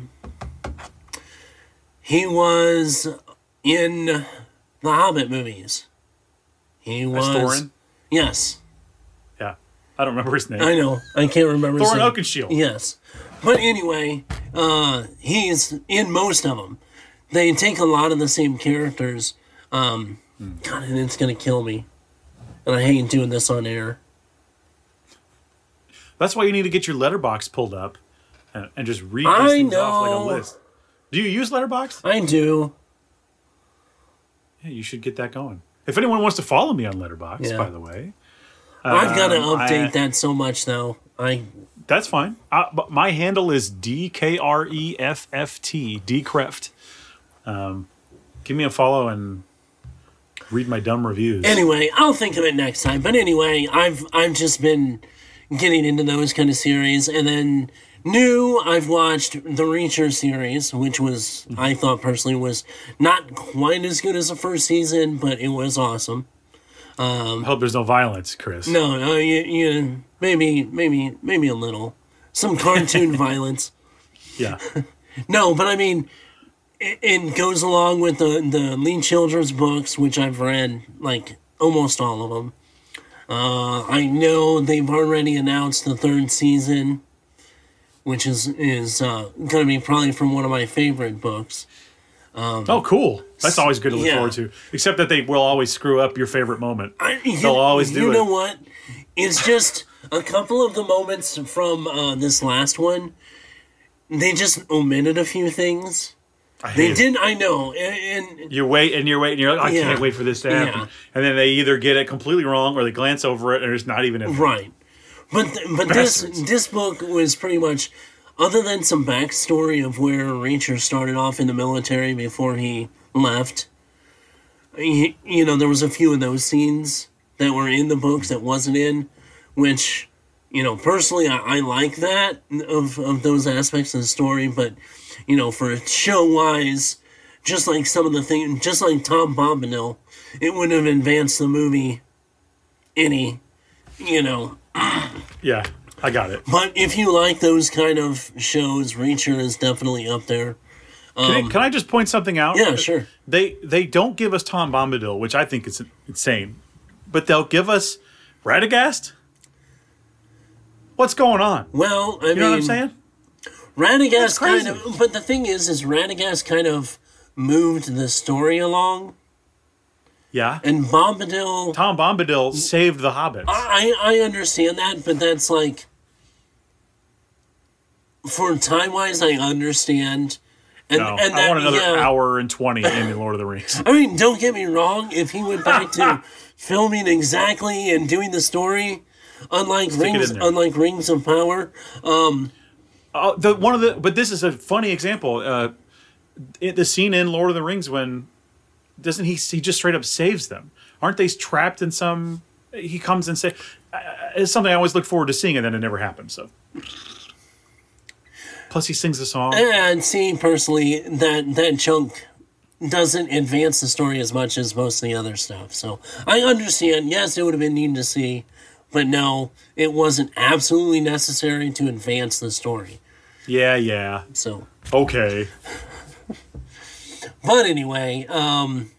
S2: he was in the Hobbit movies. He
S1: As
S2: was.
S1: Thorin.
S2: Yes,
S1: Yeah, I don't remember his name.
S2: I know. I can't remember. his
S1: Thorin
S2: name.
S1: Oakenshield.
S2: Yes. But anyway, uh, he's in most of them. They take a lot of the same characters. Um, God, and it's going to kill me. And I hate doing this on air.
S1: That's why you need to get your letterbox pulled up and, and just read
S2: I
S1: these things off like
S2: know.
S1: a list. Do you use letterbox?
S2: I do.
S1: Yeah, you should get that going. If anyone wants to follow me on letterbox,
S2: Yeah.
S1: by the way,
S2: I've got to update
S1: I-
S2: that so much, though. I
S1: that's fine. I, but my handle is E D-K-R-E-F-F-T, Decreft. Um, give me a follow and read my dumb reviews.
S2: anyway, I'll think of it next time. But anyway, I've I've just been getting into those kind of series, and then new I've watched the Reacher series, which was I thought personally was not quite as good as the first season, but it was awesome.
S1: I hope there's no violence, Chris.
S2: No, no, you, you maybe maybe maybe a little some cartoon violence.
S1: Yeah.
S2: No, but I mean, it, it goes along with the the Lee Childers books, which I've read like almost all of them. Uh, I know they've already announced the third season, which is is uh, going to be probably from one of my favorite books.
S1: Oh, cool. That's always good to look
S2: Yeah.
S1: forward to. Except that they will always screw up your favorite moment.
S2: I, you,
S1: They'll always do
S2: You
S1: it.
S2: know what? It's just a couple of the moments from uh, this last one. They just omitted a few things.
S1: I hate
S2: They
S1: it.
S2: did. I know, and, and
S1: you wait and you're waiting. You're like, I
S2: Yeah.
S1: can't wait for this to happen.
S2: Yeah.
S1: And then they either get it completely wrong or they glance over it and it's not even. In
S2: Right. But th- but this
S1: Bastards.
S2: this book was pretty much other than some backstory of where Reacher started off in the military before he left. He, you know, there was a few of those scenes that were in the books that wasn't in, which, you know, personally I, I like that of of those aspects of the story, but you know, for show wise, just like some of the things, just like Tom Bombadil, it wouldn't have advanced the movie any, you know,
S1: yeah, I got it.
S2: but if you like those kind of shows, Reacher is definitely up there.
S1: Can, I, can I just point something out?
S2: Um, Yeah, sure.
S1: They they don't give us Tom Bombadil, which I think is insane, but they'll give us Radagast. What's going on?
S2: Well, I mean,
S1: You know what I'm saying?
S2: Radagast kind
S1: crazy.
S2: of, but the thing is, is Radagast kind of moved the story along,
S1: Yeah.
S2: and Ah, Bombadil.
S1: Tom Bombadil saved the hobbits.
S2: I I understand that, but that's like, for time wise, I understand. And,
S1: no,
S2: and
S1: I
S2: that-
S1: want another
S2: yeah.
S1: hour and twenty in Lord of the Rings.
S2: I mean, don't get me wrong. If he went back to filming exactly and doing the story, unlike
S1: it
S2: rings,
S1: in there.
S2: unlike Rings of Power,
S1: Uh, the one of the but this is a funny example. Uh, it, the scene in Lord of the Rings when doesn't he he just straight up saves them? Aren't they trapped in some? He comes and say, I, I- it's something I always look forward to seeing, and then it never happened. So, plus he sings the song.
S2: And see, personally, that that chunk doesn't advance the story as much as most of the other stuff. So I understand. Yes, it would have been neat to see, but no, it wasn't absolutely necessary to advance the story.
S1: Yeah, yeah.
S2: So
S1: okay.
S2: but anyway, um,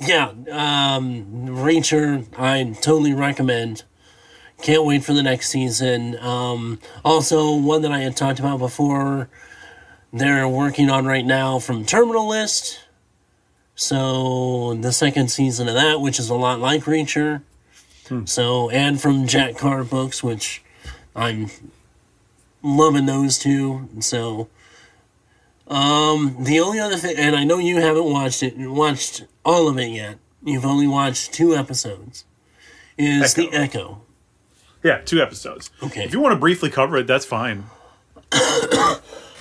S2: yeah, um, Reacher, I totally recommend. Can't wait for the next season. Um, also, one that I had talked about before, they're working on right now from Terminal List. So, the second season of that, which is a lot like Reacher.
S1: Hmm.
S2: So, and from Jack Carr books, which I'm loving those two. So, um, the only other thing, and I know you haven't watched it, watched all of it yet. You've only watched two episodes. Is
S1: Echo.
S2: the Echo?
S1: Yeah, two episodes.
S2: Okay.
S1: If you want to briefly cover it, that's fine.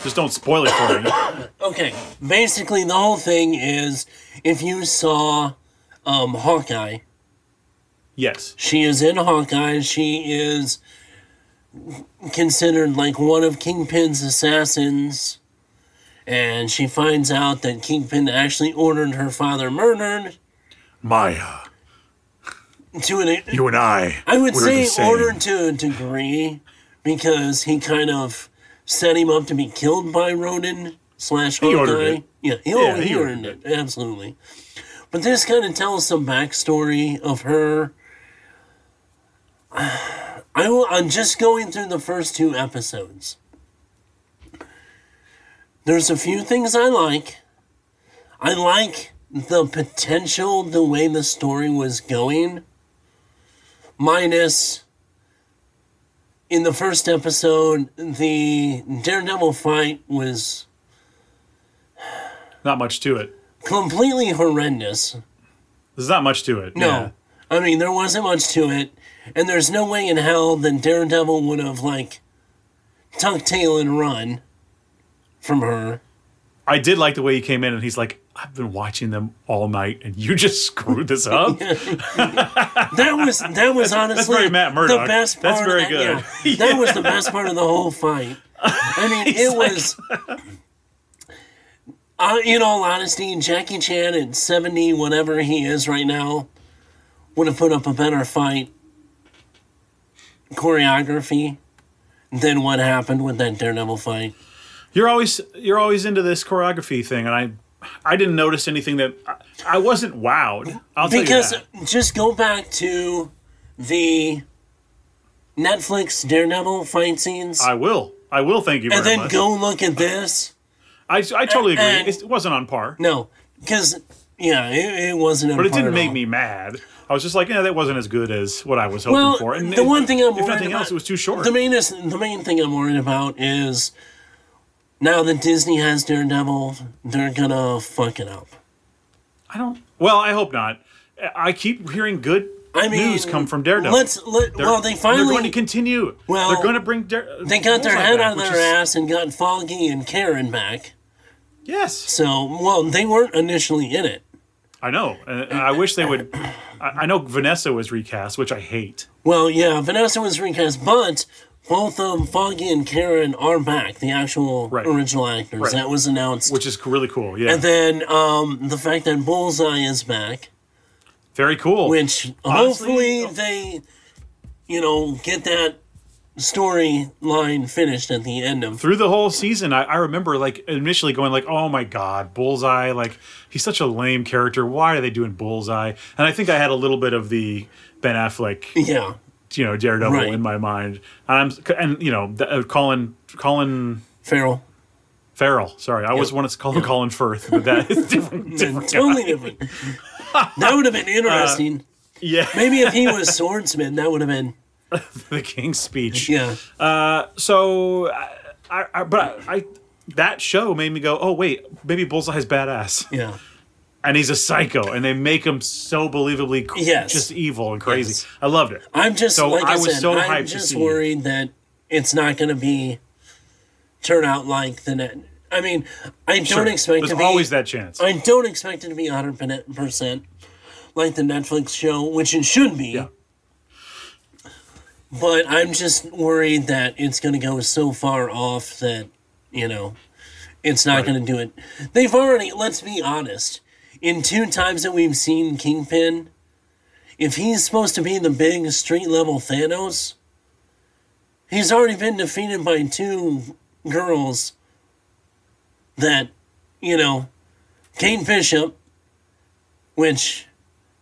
S1: Just don't spoil it for me.
S2: Okay. Basically, the whole thing is if you saw um, Hawkeye,
S1: Yes.
S2: she is in Hawkeye. She is considered like one of Kingpin's assassins. And she finds out that Kingpin actually ordered her father murdered
S1: Maya,
S2: to an
S1: you and I.
S2: I would
S1: we're the
S2: say
S1: same.
S2: ordered to a degree because he kind of set him up to be killed by Ronan slash Hawkeye.
S1: ordered it.
S2: Yeah, he,
S1: Yeah, he
S2: he ordered
S1: ordered
S2: it. Absolutely. But this kind of tells some backstory of her. I will, I'm just going through the first two episodes. There's a few things I like. I like the potential, the way the story was going minus in the first episode the daredevil fight was
S1: Not much to it.
S2: completely horrendous
S1: There's not much to it.
S2: no
S1: Yeah.
S2: i mean there wasn't much to it and there's no way in hell that daredevil would have like tuck tail and run from her
S1: I did like the way he came in and he's like, I've been watching them all night and you just screwed this up.
S2: that was that was honestly
S1: very Matt
S2: the
S1: Murdock.
S2: best part
S1: That's very
S2: of that,
S1: good.
S2: yeah. that was the best part of the whole fight i mean it was I, in all honesty jackie chan at 70 whatever he is right now would have put up a better fight choreography than what happened with that daredevil fight
S1: You're always you're always into this choreography thing and I I didn't notice anything that I, I wasn't wowed. I'll tell
S2: because
S1: you that.
S2: just go back to the netflix daredevil fight scenes
S1: I will. I will thank you very
S2: and then
S1: much.
S2: go look at this.
S1: I, I totally agree.
S2: and-
S1: it wasn't on par.
S2: No, because yeah, it, it wasn't.
S1: But it didn't make me mad. I was just like, yeah, that wasn't as good as what I was hoping
S2: Well,
S1: for. And
S2: the
S1: if-
S2: one thing I'm
S1: if
S2: worried
S1: nothing else,
S2: about-
S1: it was too short.
S2: The main is, the main thing I'm worried about is now that Disney has Daredevil, they're gonna fuck it up.
S1: I don't. Well, I hope not. I keep hearing good
S2: I mean,
S1: news come from Daredevil.
S2: Let's let, well, Oh,
S1: They're going
S2: they
S1: to
S2: finally
S1: continue.
S2: Well,
S1: they're going to bring. Dare-
S2: they got their
S1: Bullseye
S2: head
S1: back,
S2: out of
S1: which
S2: their
S1: is-
S2: ass and got Foggy and Karen back.
S1: Yes,
S2: So well, they weren't initially in it.
S1: I know. And I wish they would. I, I know Vanessa was recast, which I hate.
S2: Well, yeah, Vanessa was recast, but both um, Foggy and Karen are back, the actual
S1: Right.
S2: original actors.
S1: Right.
S2: That was announced.
S1: Which is really cool. Yeah,
S2: and then um, the fact that Bullseye is back,
S1: very cool.
S2: which
S1: Honestly,
S2: hopefully they, you know, get that storyline finished at the end of.
S1: Through the whole season, I, I remember like initially going like, "Oh my god, Bullseye! Like he's such a lame character. Why are they doing Bullseye?" And I think I had a little bit of the Ben Affleck
S2: Yeah.
S1: you know Daredevil
S2: Right.
S1: in my mind, and I'm and you know th- uh, Colin Colin
S2: Farrell.
S1: Farrell. Sorry, I always
S2: Yeah.
S1: wanted to call him Colin Firth, but that is different. different guy.
S2: Totally different. that would have been
S1: Uh,
S2: interesting.
S1: Yeah,
S2: Maybe if he was swordsman, that would have been.
S1: the King's Speech.
S2: Yeah.
S1: Uh, so, I, I, I but I, that show made me go, oh wait, maybe Bullseye's badass,
S2: Yeah.
S1: and he's a psycho, and they make him so believably cr-
S2: Yes.
S1: just evil and crazy.
S2: Yes.
S1: I loved it.
S2: I'm just
S1: So
S2: like I,
S1: I was
S2: said,
S1: so hyped
S2: I'm
S1: to
S2: just
S1: see.
S2: worried that it's not going to be turn out like the net. I mean, I don't expect
S1: There's
S2: to be.
S1: always that chance.
S2: I don't expect it to be 100 percent like the Netflix show, which it should be.
S1: Yeah.
S2: But I'm just worried that it's going to go so far off that, you know, it's not
S1: Right.
S2: going to do it. They've already, let's be honest, in two times that we've seen Kingpin, if he's supposed to be the big street level Thanos, he's already been defeated by two girls that, you know, Kate Bishop, which,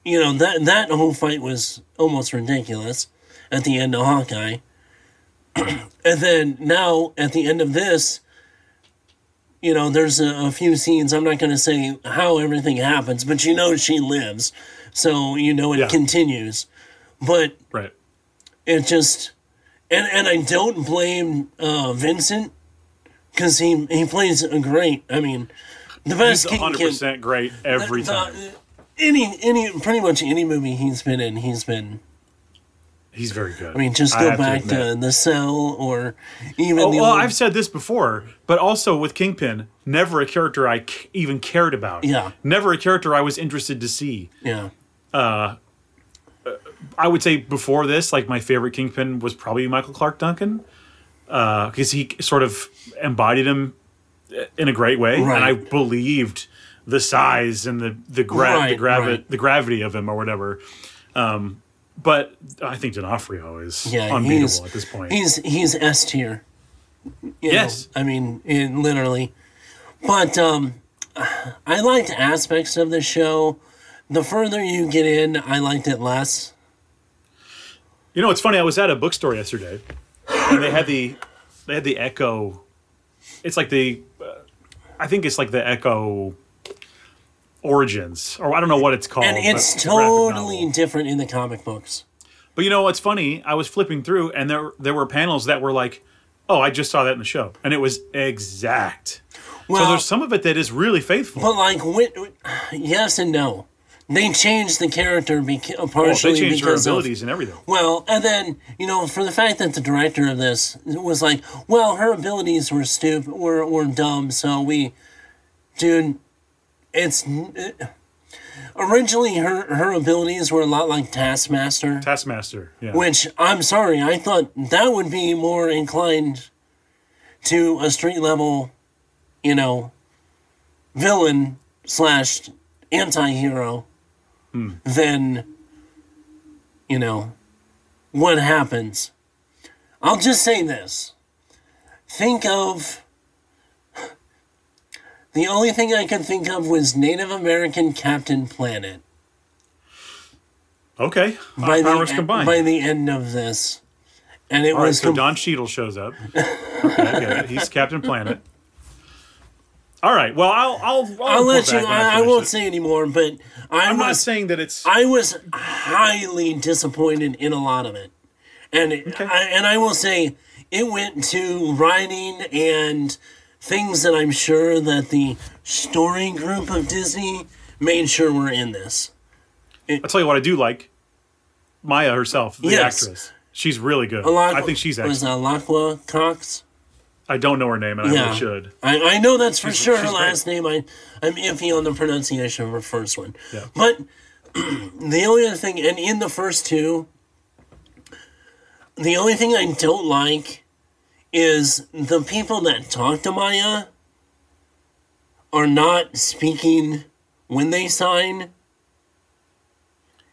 S2: you know, that, that whole fight was almost ridiculous at the end of Hawkeye. and then now at the end of this, you know, there's a, a few scenes. I'm not going to say how everything happens, but you know she lives. So, you know, it
S1: Yeah.
S2: continues. But
S1: Right.
S2: it just and and I don't blame uh, Vincent because he he plays a great. I mean, the
S1: He's
S2: best King
S1: hundred
S2: Kid.
S1: percent great every time.
S2: the- Any any pretty much any movie he's been in, he's been.
S1: He's very good.
S2: I mean, just go back to, the cell or even
S1: Oh,
S2: the
S1: well,
S2: old,
S1: I've said this before, but also with Kingpin, never a character I c- even cared about.
S2: Yeah.
S1: Never a character I was interested to see.
S2: yeah
S1: I would say before this, like my favorite Kingpin was probably Michael Clark Duncan, because he sort of embodied him uh, in a great way,
S2: Right.
S1: and I believed the size and the the gra- the
S2: Right,
S1: gravi-
S2: right.
S1: the gravity of him or whatever. Um, but I think D'Onofrio is
S2: yeah he's
S1: unbeatable at this point.
S2: he's he's S tier. You know,
S1: Yes.
S2: I mean it, literally, but um, I liked aspects of the show. The further you get in, I liked it less.
S1: You know, it's funny. I was at a bookstore yesterday, and they had the they had the Echo. It's like the, uh, I think it's like the Echo Origins, or I don't know what it's called.
S2: and it's
S1: but a graphic
S2: totally
S1: novel.
S2: different in the comic books.
S1: But you know what's funny? I was flipping through, and there there were panels that were like, "Oh, I just saw that in the show," and it was exact.
S2: Well,
S1: so there's some of it that is really faithful.
S2: but like, whi- yes and no. They changed the character beca-
S1: Well,
S2: partially
S1: Oh, they changed her
S2: because of-
S1: abilities and everything.
S2: well, and then you know, for the fact that the director of this was like, well, her abilities were stupid, were were dumb, so we, dude, it's n- uh, originally her her abilities were a lot like Taskmaster.
S1: Taskmaster, yeah,
S2: Which I'm sorry, I thought that would be more inclined to a street level, you know, villain slash anti hero
S1: Hmm.
S2: than, you know, what happens. I'll just say this. Think of. The only thing I could think of was Native American Captain Planet
S1: okay.
S2: by
S1: Our
S2: the,
S1: powers
S2: e-
S1: combined.
S2: by the end of this. And it
S1: All right,
S2: was
S1: so
S2: com-
S1: Don Cheadle shows up. Okay, I get it. He's Captain Planet. All right. Well, I'll I'll I'll,
S2: I'll
S1: report
S2: let you.
S1: back when
S2: I, I
S1: finish
S2: won't
S1: it.
S2: say anymore, but I
S1: I'm not
S2: was
S1: saying that it's.
S2: I was highly disappointed in a lot of it, and it, I, and I will say it went to writing and things that I'm sure that the story group of Disney made sure were in this.
S1: I'll tell you what I do like. Maya herself, the
S2: Yes.
S1: actress. She's really good.
S2: Alak-
S1: I think she's
S2: was
S1: excellent.
S2: Alakwa Cox.
S1: I don't know her name, and I
S2: Yeah.
S1: really should.
S2: I, I know that's for sure her
S1: she's
S2: last name. I, I'm iffy on the pronunciation of her first one.
S1: Yeah.
S2: But the only other thing, and in the first two, the only thing I don't like is the people that talk to Maya are not speaking when they sign.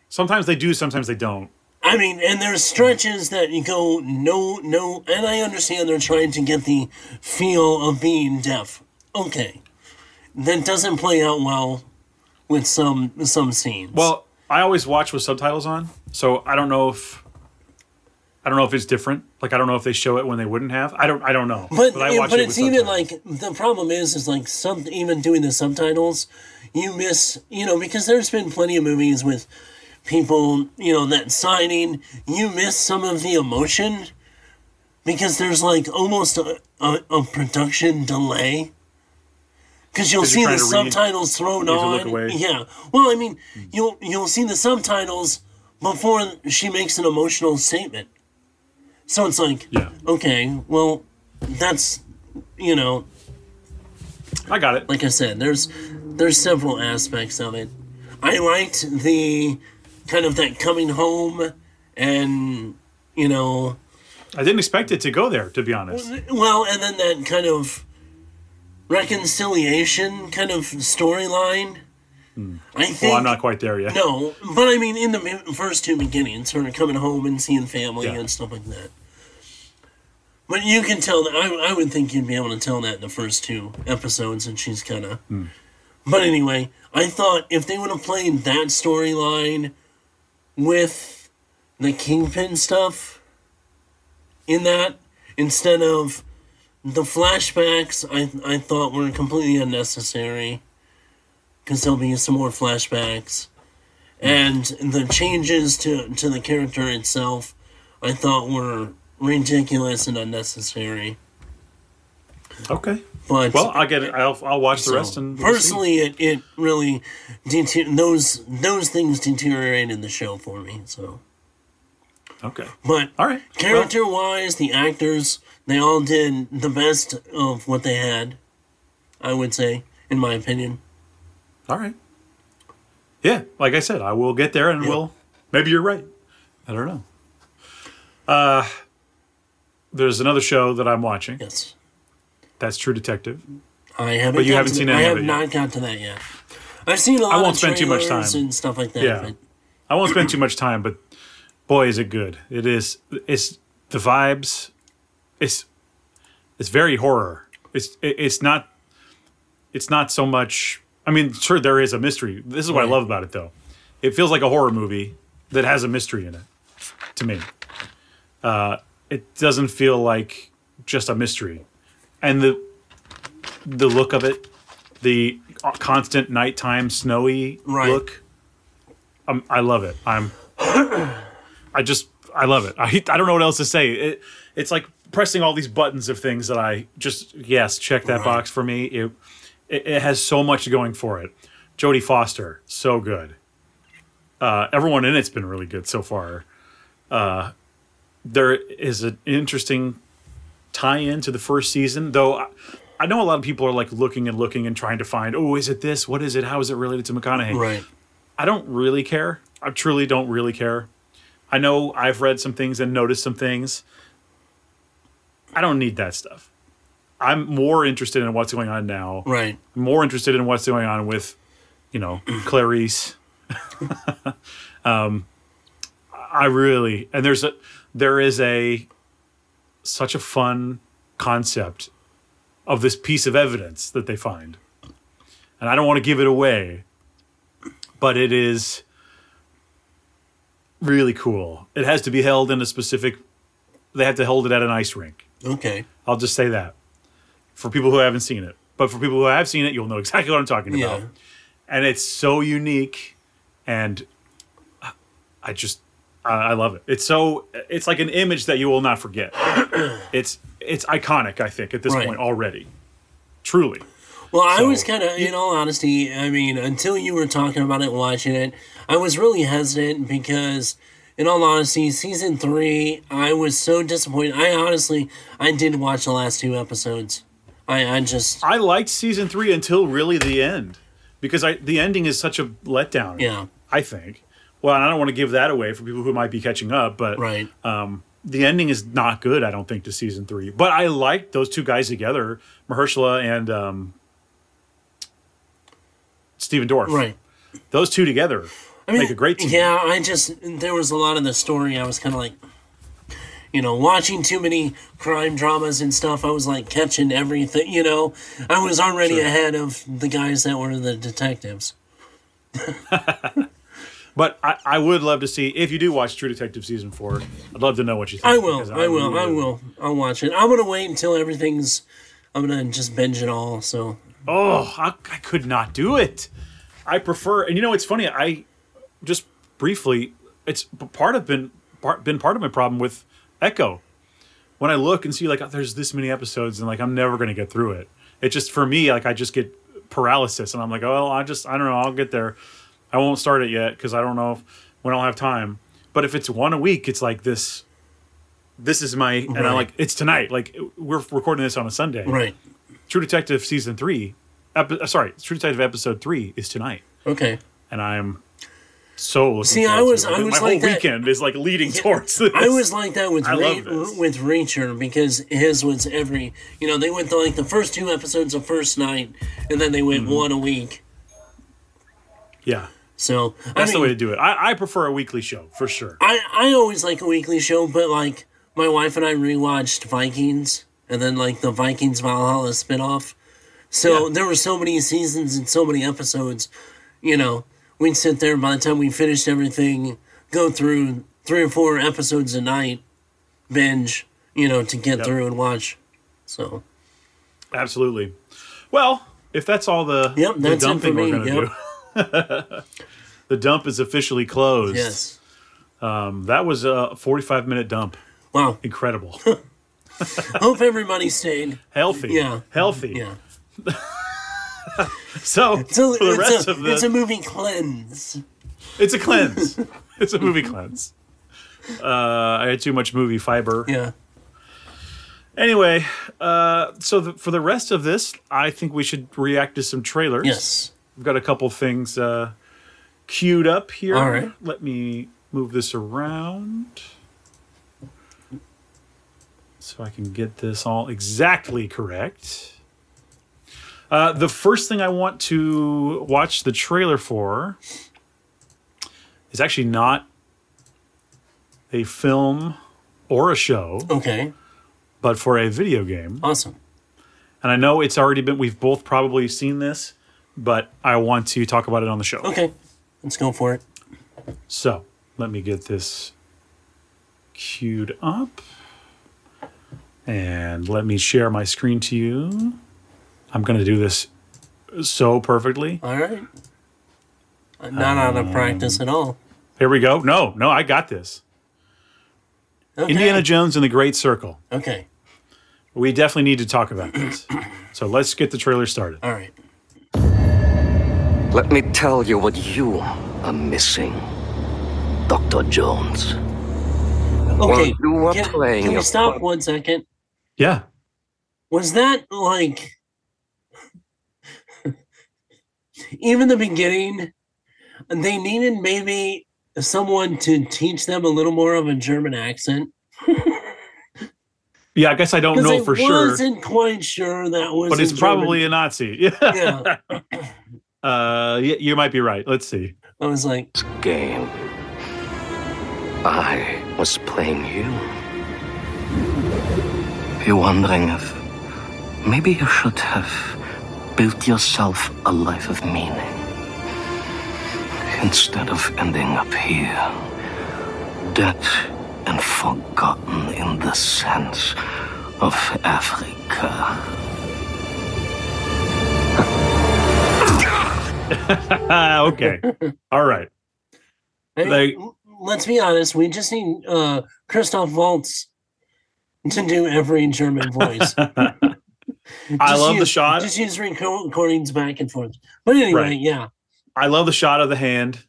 S1: Sometimes they do, sometimes they don't.
S2: I mean, and there's stretches that you go no, no, and I understand they're trying to get the feel of being deaf. Okay, that doesn't play out well with some some scenes.
S1: Well, I always watch with subtitles on, so I don't know if I don't know if it's different. Like I don't know if they show it when they wouldn't have. I don't. I don't know.
S2: but
S1: I
S2: it- but
S1: with
S2: it's even
S1: subtitles.
S2: like the problem is is like some even doing the subtitles, you miss you know because there's been plenty of movies with people you know that signing you miss some of the emotion because there's like almost a, a, a production delay because you'll
S1: 'Cause
S2: see
S1: you're
S2: the
S1: trying to read,
S2: subtitles thrown
S1: have to
S2: on
S1: look away.
S2: yeah well i mean you'll you'll see the subtitles before she makes an emotional statement so it's like
S1: Yeah.
S2: okay well that's you know
S1: I got it.
S2: like I said, there's there's several aspects of it. I liked the kind of that coming home and you know.
S1: I didn't expect it to go there, to be honest.
S2: Well, and then that kind of reconciliation kind of storyline. I think.
S1: Hmm. Well, I'm not quite there yet.
S2: No, but I mean, in the mi- first two beginnings, her coming home and seeing family
S1: Yeah.
S2: and stuff like that. But you can tell that I, I would think you'd be able to tell that in the first two episodes, and she's kind of. But anyway, I thought if they would have played that storyline with the kingpin stuff in that instead of the flashbacks, I I thought were completely unnecessary because there'll be some more flashbacks and the changes to to the character itself i thought were ridiculous and unnecessary
S1: Okay.
S2: but
S1: Well, I'll get it. I'll, I'll watch the
S2: so,
S1: rest and we'll see.
S2: personally it, it really dete- those those things deteriorated the show for me so
S1: Okay.
S2: but
S1: All right.
S2: character wise the actors they all did the best of what they had i would say in my opinion
S1: All right. Yeah, like I said, I will get there and we'll. Maybe you're right. I don't know. Uh, there's another show that I'm watching.
S2: yes
S1: That's True Detective.
S2: I haven't.
S1: But you
S2: got
S1: haven't
S2: to-
S1: seen
S2: I
S1: any of
S2: have
S1: it yet.
S2: not got to that yet. I've seen a lot.
S1: won't
S2: of
S1: spend too much
S2: trailers
S1: time.
S2: and stuff like that.
S1: Yeah.
S2: but
S1: I won't spend too much time, but boy, is it good. It is. It's the vibes. It's it's very horror. It's it, it's not. It's not so much. I mean, sure, there is a mystery. This is what I love about it, though. It feels like a horror movie that has a mystery in it. To me, uh, it doesn't feel like just a mystery, and the the look of it, the constant nighttime snowy
S2: Right.
S1: look i I love it. I'm. I just I love it. I I don't know what else to say. It it's like pressing all these buttons of things that I just yes check that
S2: Right.
S1: box for me. It, it it has so much going for it. Jodie Foster so good. Uh, everyone in it's been really good so far. Uh, there is an interesting tie-in to the first season, though. I, I know a lot of people are like looking and looking and trying to find. Oh, is it this? What is it? How is it related to McConaughey?
S2: right.
S1: I don't really care. I truly don't really care. I know I've read some things and noticed some things. I don't need that stuff. I'm more interested in what's going on now.
S2: Right.
S1: I'm more interested in what's going on with, you know, Clarice. um, I really and there's a there is a such a fun concept of this piece of evidence that they find, and I don't want to give it away, but it is really cool. It has to be held in a specific. They have to hold it at an ice rink.
S2: Okay.
S1: I'll just say that for people who haven't seen it. But for people who have seen it, you'll know exactly what I'm talking
S2: Yeah.
S1: about. And it's so unique, and I- I just I I love it. It's so it's like an image that you will not forget. it's it's iconic, I think, at this
S2: Right.
S1: point already. Truly,
S2: Well, I
S1: So-
S2: was kind of, in all honesty, I mean, until you were talking about it, watching it, I was really hesitant because, in all honesty, season three, I was so disappointed. I honestly, I did watch the last two episodes. I, I just,
S1: I liked season three until really the end, because I the ending is such a letdown.
S2: yeah,
S1: I think. Well, and I don't want to give that away for people who might be catching up, but
S2: right,
S1: Uh, the ending is not good, I don't think, to season three. But I liked those two guys together, Mahershala and um, Stephen Dorff.
S2: right.
S1: Those two together make a great team.
S2: Yeah, I just there was a lot of the story. I was kind of like, you know, watching too many crime dramas and stuff. I was like catching everything. You know, I was already
S1: Sure.
S2: ahead of the guys that were the detectives.
S1: But I, I would love to see if you do watch True Detective season four. I'd love to know what you think.
S2: I will.
S1: because
S2: I will.
S1: really-
S2: I will. I'll watch it. I'm gonna wait until everything's. I'm gonna just binge it all. So
S1: Oh, I, I could not do it. I prefer, and you know, it's funny. I just briefly, it's p- part of been part, been part of my problem with Echo. When I look and see like oh, there's this many episodes, and like I'm never going to get through it. It just for me, like I just get paralysis, and I'm like, oh, I just I don't know. I'll get there. I won't start it yet because I don't know if, when I'll have time. But if it's one a week, it's like this. This is my, and
S2: Right.
S1: I'm like, it's tonight. Like we're recording this on a Sunday,
S2: right.
S1: True Detective season three, epi- uh, sorry, True Detective episode three is tonight,
S2: Okay.
S1: and I'm so looking
S2: See, I
S1: forward
S2: was-
S1: to.
S2: I
S1: My
S2: was
S1: whole
S2: like that-
S1: weekend is like leading towards this.
S2: I was like that with
S1: I
S2: Re-
S1: love this.
S2: with Reacher because his was every you know they went like the first two episodes the first night and then they went
S1: Mm-hmm.
S2: one a week.
S1: yeah.
S2: So I
S1: That's
S2: mean,
S1: the way to do it. I, I prefer a weekly show for sure.
S2: I I always like a weekly show, but like my wife and I rewatched Vikings and then like the Vikings Valhalla spinoff. So there were so many seasons and so many episodes. You know, we'd sit there by the time we finished everything, go through three or four episodes a night, binge. You know, to get through and watch. So.
S1: Absolutely. Well, if that's all the,
S2: Yep,
S1: the
S2: that's it
S1: dumping
S2: for
S1: we're
S2: me,
S1: going to
S2: yep.
S1: do, the dump is officially closed.
S2: Yes.
S1: That was a 45 minute dump.
S2: Wow.
S1: Incredible.
S2: Hope everybody stayed.
S1: Healthy.
S2: Yeah.
S1: Healthy.
S2: Yeah.
S1: So,
S2: So
S1: for the
S2: it's,
S1: rest
S2: a,
S1: of the,
S2: it's a movie cleanse.
S1: It's a cleanse. it's a movie cleanse. Uh, I had too much movie fiber.
S2: Yeah.
S1: Anyway, uh, so the, for the rest of this, I think we should react to some trailers.
S2: Yes.
S1: We've got a couple things uh, queued up here.
S2: All right.
S1: Let me move this around so I can get this all exactly correct. Uh, the first thing I want to watch the trailer for is actually not a film or a show,
S2: Okay.
S1: but for a video game
S2: Awesome.
S1: and I know it's already been we've both probably seen this, but I want to talk about it on the show.
S2: Okay. Let's go for it.
S1: So let me get this queued up. And let me share my screen to you. I'm gonna do this so perfectly.
S2: All right. I'm Uh, not out of practice at all.
S1: Here we go. No, no, I got this.
S2: Okay.
S1: Indiana Jones and the Great Circle.
S2: Okay.
S1: We definitely need to talk about this. so let's get the trailer started.
S2: All right.
S3: Let me tell you what you are missing, Dr. Jones.
S2: Okay.
S3: you were
S2: can,
S3: playing
S2: can we
S3: your
S2: stop
S3: part.
S2: one second?
S1: Yeah.
S2: Was that like even the beginning? They needed maybe someone to teach them a little more of a German accent.
S1: Yeah, I guess I don't
S2: Because
S1: know for
S2: I
S1: sure.
S2: wasn't quite sure that was.
S1: But
S2: in
S1: it's probably
S2: German.
S1: a Nazi. Yeah.
S2: yeah.
S1: Uh, y- you might be right. Let's see.
S2: I was like,
S3: This game. I was playing you. You're wondering if maybe you should have built yourself a life of meaning instead of ending up here, dead and forgotten in the sense of Africa.
S1: Ah, okay. All right.
S2: I-
S1: Like-
S2: l- let's be honest, we just need uh, Christoph Waltz to do every German voice.
S1: I
S2: Just
S1: love the
S2: use-
S1: shot.
S2: Just use reco- recordings back and forth. But anyway,
S1: Right.
S2: yeah,
S1: I love the shot of the hand.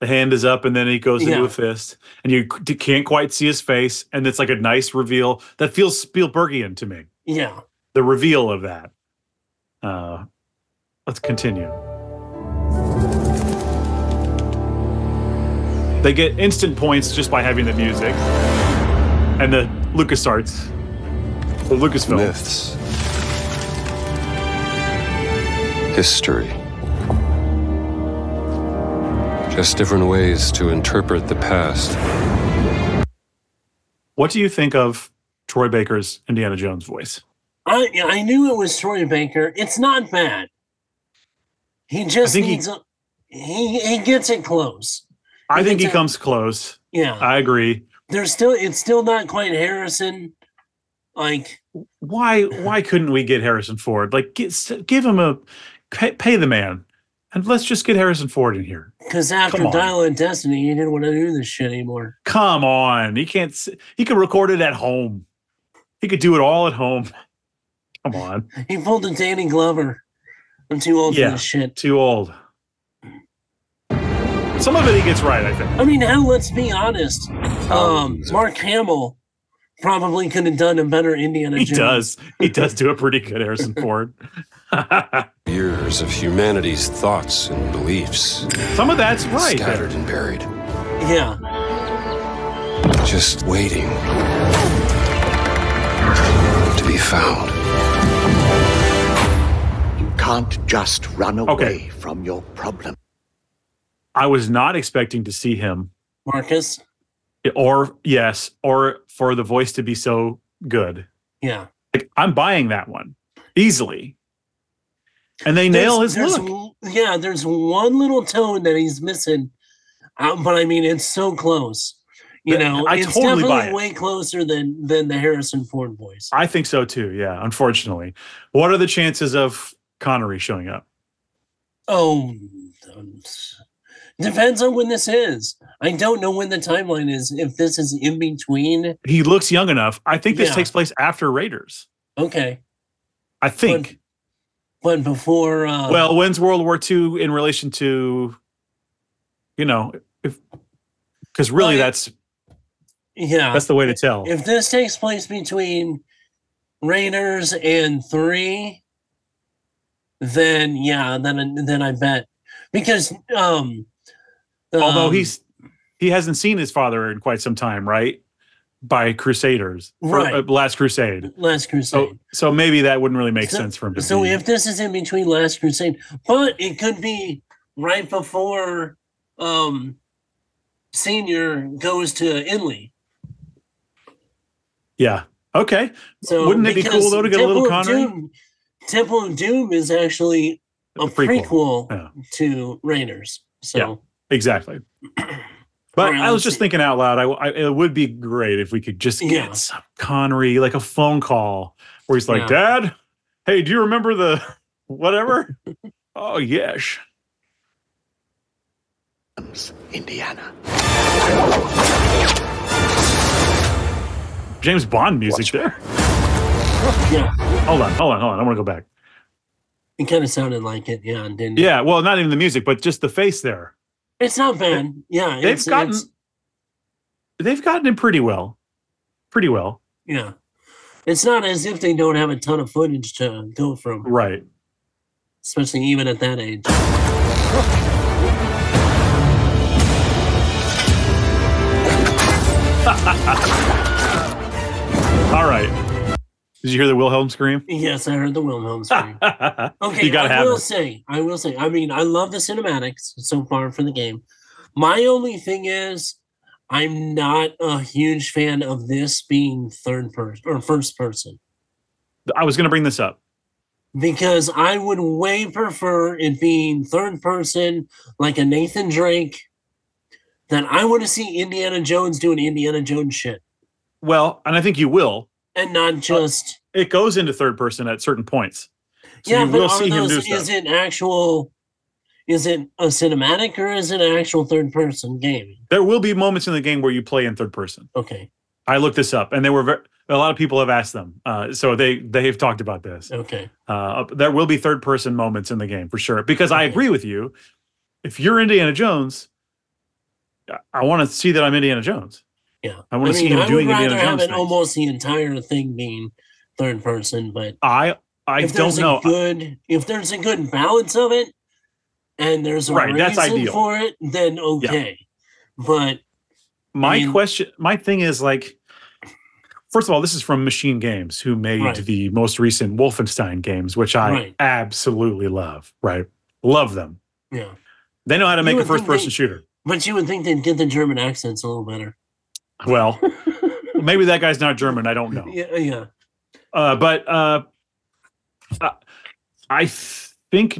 S1: The hand is up, and then he goes into
S2: Yeah.
S1: a fist, and you c- can't quite see his face, and it's like a nice reveal that feels Spielbergian to me.
S2: yeah.
S1: The reveal of that. Uh, let's continue. They get instant points just by having the music and the LucasArts, the Lucasfilm.
S4: Myths. History. Just different ways to interpret the past.
S1: What do you think of Troy Baker's Indiana Jones voice?
S2: I I knew it was Troy Baker. It's not bad. He just
S1: think he-
S2: needs a, he he gets it close.
S1: I think he
S2: think so.
S1: comes close.
S2: Yeah,
S1: I agree.
S2: there's still it's still not quite Harrison. Like
S1: Why? Why couldn't we get Harrison Ford? Like, get, s- give him a pay, pay the man, and let's just get Harrison Ford in here.
S2: because after
S1: Come on.
S2: Dial of Destiny, he didn't want to do this shit anymore.
S1: Come on, he can't. s- He could record it at home. He could do it all at home. Come on,
S2: He pulled a Danny Glover. I'm too old
S1: Yeah.
S2: for this shit.
S1: too old. Some of it he gets right, I think.
S2: I mean, hell, let's be honest. Um, Mark Hamill probably could have done a better Indiana
S1: He
S2: Jones.
S1: does. He does do a pretty good Harrison Ford.
S4: Years of humanity's thoughts and beliefs
S1: Some of that's right. there.
S4: scattered and buried,
S2: Yeah.
S4: just waiting to be found.
S5: You can't just run away
S1: Okay.
S5: from your problem.
S1: I was not expecting to see him,
S2: Marcus.
S1: or yes, or for the voice to be so good.
S2: Yeah.
S1: Like I'm buying that one easily. And they nail his
S2: There's- there's
S1: look.
S2: l- Yeah, there's one little tone that he's missing, uh, but I mean it's so close. You
S1: Th-
S2: know,
S1: I
S2: it's
S1: totally buy
S2: definitely
S1: it.
S2: way closer than than the Harrison Ford voice.
S1: I think so too. Yeah, unfortunately. What are the chances of Connery showing up?
S2: Oh, um, depends on when this is. I don't know when the timeline is. If this is in between,
S1: He looks young enough. I think this
S2: Yeah.
S1: takes place after Raiders.
S2: okay,
S1: I think.
S2: but before. Uh,
S1: well, when's World War II in relation to, you know, if because really
S2: Well, yeah.
S1: that's
S2: yeah,
S1: that's the way to tell.
S2: if this takes place between Raiders and three, then yeah, then then I bet because um,
S1: Although
S2: um,
S1: he's he hasn't seen his father in quite some time, right? By Crusaders, or,
S2: Right.
S1: uh, Last Crusade.
S2: Last Crusade.
S1: So so maybe that wouldn't really make
S2: So-
S1: sense for him Oh, to
S2: so
S1: be.
S2: if this is in between Last Crusade, but it could be right before um, Senior goes to Inley.
S1: yeah. Okay.
S2: So
S1: Wouldn't it be cool,
S2: because
S1: though, to get a little
S2: Temple of
S1: Connery?
S2: Doom- Temple of Doom is actually a,
S1: A
S2: prequel,
S1: prequel. Yeah.
S2: to Raiders. So.
S1: Yeah. Exactly. But
S2: Alright,
S1: I was
S2: let's
S1: just
S2: see.
S1: thinking out loud. I, I- it would be great if we could just get
S2: Yeah.
S1: some Connery, like a phone call where he's like,
S2: Yeah.
S1: "Dad, hey, do you remember the whatever?" oh yes.
S5: Indiana.
S1: James Bond music there.
S2: Yeah,
S1: Hold on, hold on, hold on. I want to go back.
S2: it kind of sounded like it. Yeah, and didn't it?
S1: Yeah, well, not even the music, but just the face there.
S2: It's not bad. Yeah,
S1: They've
S2: it's,
S1: gotten
S2: it's-
S1: they've gotten it pretty well. Pretty well.
S2: yeah, it's not as if they don't have a ton of footage to go from,
S1: Right.
S2: especially even at that age.
S1: All right. Did you hear the Wilhelm scream?
S2: Yes, I heard the Wilhelm scream. Okay,
S1: you gotta
S2: I
S1: have
S2: will
S1: it.
S2: say, I will say. I mean, I love the cinematics so far for the game. My only thing is, I'm not a huge fan of this being third person or first person.
S1: I was gonna bring this up.
S2: because I would way prefer it being third person, like a Nathan Drake. Then I want to see Indiana Jones doing Indiana Jones shit
S1: Well, and I think you will.
S2: and not
S1: Oh,
S2: just
S1: It goes into third person at certain points. So
S2: yeah.
S1: you
S2: but
S1: will
S2: are
S1: see him
S2: those,
S1: do
S2: is
S1: stuff.
S2: it actual? Is it a cinematic or is it an actual third person game?
S1: There will be moments in the game where you play in third person.
S2: Okay,
S1: I looked this up, and they were ver- a lot of people have asked them, uh, so they they have talked about this.
S2: okay,
S1: Uh, there will be third person moments in the game for sure. Because I
S2: Okay.
S1: agree with you. If you're Indiana Jones, I- I want to see that I'm Indiana Jones.
S2: yeah.
S1: I wanna see him doing
S2: would
S1: Indiana
S2: rather have
S1: Jones
S2: it
S1: things.
S2: almost the entire thing being third person, but
S1: I I
S2: if
S1: don't
S2: there's
S1: know.
S2: A good, if there's a good balance of it, and there's a
S1: Right,
S2: reason
S1: that's ideal.
S2: for it, then okay. But
S1: my
S2: mean-
S1: question, my thing is like, first of all, this is from Machine Games, who made
S2: Right.
S1: the most recent Wolfenstein games, which I
S2: Right.
S1: absolutely love. Right, love them.
S2: yeah,
S1: They know how to
S2: You
S1: make a
S2: would think
S1: first person
S2: they-
S1: shooter.
S2: but you would think they'd get the German accents a little better.
S1: Well, maybe that guy's not German. I don't know.
S2: Yeah, yeah,
S1: Uh, but uh, uh, I think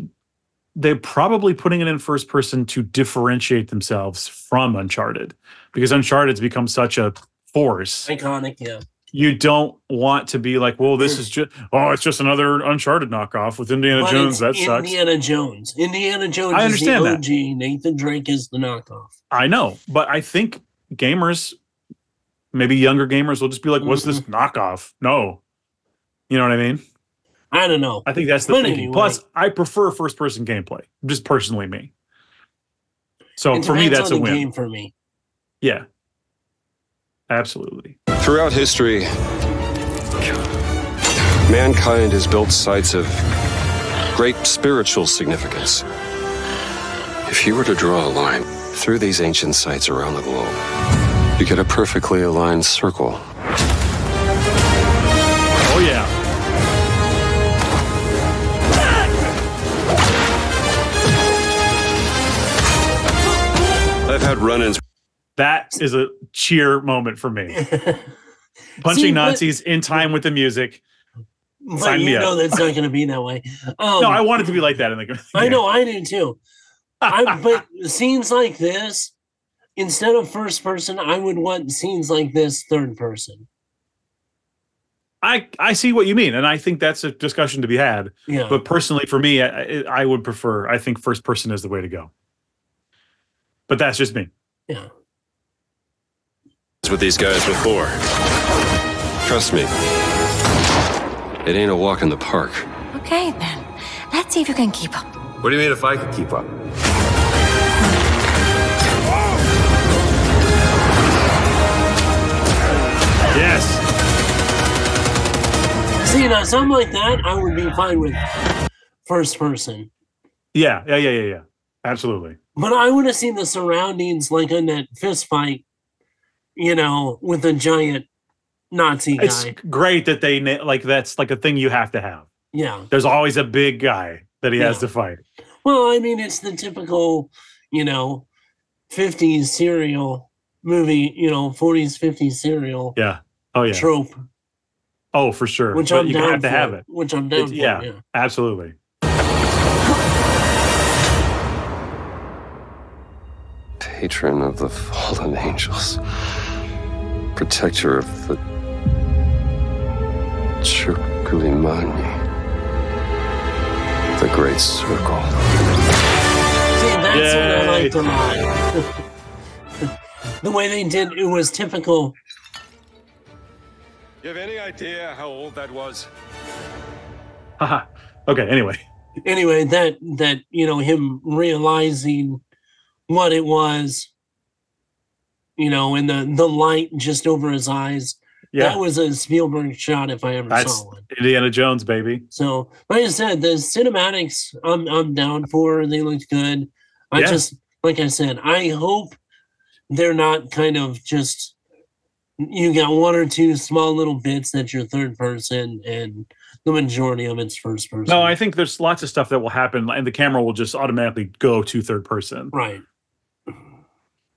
S1: they're probably putting it in first person to differentiate themselves from Uncharted because Uncharted's become such a force.
S2: iconic. Yeah,
S1: You don't want to be like, well, this is just, oh, it's just another Uncharted knockoff with Indiana
S2: But
S1: Jones.
S2: it's
S1: That sucks.
S2: Indiana Jones. Indiana Jones.
S1: I
S2: is
S1: understand
S2: the
S1: that.
S2: OG. Nathan Drake is the knockoff.
S1: I know, but I think gamers, maybe younger gamers, will just be like, what's this knockoff? No. You know what I mean?
S2: I don't know.
S1: I think that's the
S2: But
S1: thinking.
S2: anyway.
S1: Plus, I prefer first person gameplay, just personally me. So
S2: It
S1: Oh, for me,
S2: depends
S1: that's
S2: on
S1: a
S2: the
S1: win.
S2: game for me.
S1: Yeah. Absolutely.
S4: Throughout history, mankind has built sites of great spiritual significance. If you were to draw a line through these ancient sites around the globe, you get a perfectly aligned circle.
S1: Oh, yeah.
S4: I've had run ins.
S1: That is a cheer moment for me. Punching
S2: See, but-
S1: Nazis in time with the music.
S2: But
S1: Sign me
S2: you
S1: up.
S2: know that's not going to be that way. Um,
S1: No, I want it to be like that in the.
S2: I know, I do too. I, but scenes like this, instead of first person, I would want scenes like this third person.
S1: I I see what you mean, and I think that's a discussion to be had.
S2: Yeah.
S1: But personally, for me, I, I I would prefer. I think first person is the way to go. But that's just me.
S2: yeah.
S4: with these guys before. Trust me, it ain't a walk in the park.
S6: Okay, then. Let's see if you can keep up.
S4: What do you mean if I could keep up?
S1: Yes.
S2: See, now something like that, I would be fine with first person.
S1: Yeah. Yeah. Yeah. Yeah. Yeah. Absolutely.
S2: But I would have seen the surroundings like in that fist fight, you know, with a giant Nazi guy.
S1: It's great that they na- like that's like a thing you have to have.
S2: yeah.
S1: There's always a big guy that he has
S2: Yeah.
S1: to fight.
S2: Well, I mean, it's the typical, you know, 50s serial movie, you know, 40s, 50s serial
S1: Yeah. Oh yeah.
S2: trope,
S1: Oh, for sure.
S2: which
S1: But
S2: I'm
S1: you
S2: down
S1: have to
S2: for,
S1: have it.
S2: Which I'm
S1: It's-
S2: down for.
S1: yeah,
S2: Yeah.
S1: Absolutely.
S4: Patron of the fallen angels, protector of the Chirkulimani, the great circle.
S2: See, that's what I
S1: Yay.
S2: liked a lot. the way they did it was typical.
S4: You have any idea how old that was?
S1: Haha. okay. Anyway.
S2: Anyway, that, that, you know, him realizing what it was, you know, and the, the light just over his eyes.
S1: Yeah.
S2: That was a Spielberg shot if I ever
S1: that's
S2: saw one.
S1: Indiana Jones, baby.
S2: So, like I said, the cinematics I'm I'm down for. They looked good. I
S1: Yeah.
S2: just like I said, I hope they're not kind of just you got one or two small little bits that you're third person and the majority of it's first person.
S1: No, I think there's lots of stuff that will happen, and the camera will just automatically go to third person.
S2: right.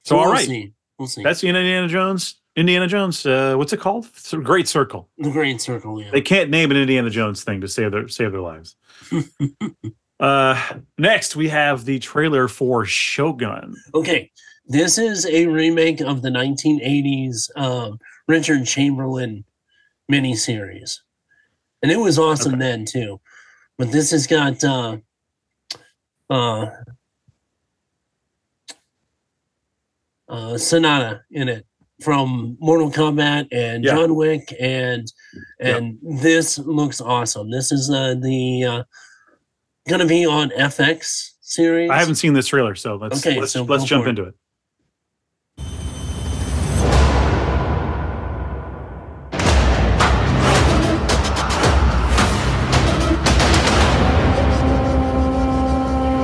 S1: So, all
S2: we'll
S1: right.
S2: see. We'll see.
S1: That's the Indiana Jones. Indiana Jones. Uh, what's it called? It's a Great Circle.
S2: the Great Circle. Yeah.
S1: They can't name an Indiana Jones thing to save their save their lives. uh, next, we have the trailer for Shogun.
S2: Okay, this is a remake of the 1980s um, Richard Chamberlain miniseries, and it was awesome then too. But this has got uh, uh, uh, Sonata in it from Mortal Kombat and
S1: Yeah.
S2: John Wick, and
S1: Yeah.
S2: and this looks awesome. This is uh, the uh, gonna be on FX series.
S1: I haven't seen this trailer, so let's
S2: Okay,
S1: let's,
S2: so
S1: let's
S2: go
S1: jump
S2: for it.
S1: into it.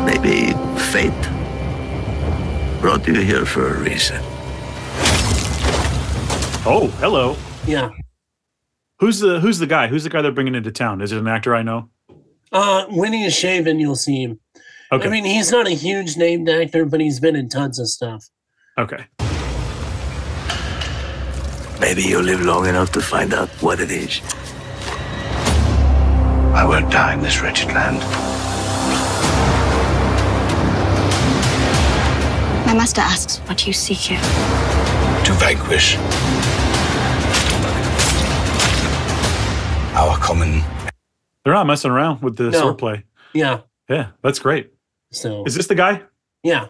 S7: Maybe fate brought you here for a reason.
S1: Oh, hello.
S2: Yeah.
S1: Who's the Who's the guy? Who's the guy they're bringing into town? Is it an actor I know?
S2: Uh, when he is shaven, you'll see him.
S1: Okay.
S2: I mean, he's not a huge named actor, but he's been in tons of stuff.
S1: okay.
S7: Maybe you live long enough to find out what it is. I won't die in this wretched land.
S6: My master asks what you seek here.
S7: To vanquish our common
S1: They're not messing around with the
S2: No.
S1: swordplay.
S2: Yeah.
S1: Yeah, that's great.
S2: So
S1: Is this the guy?
S2: yeah,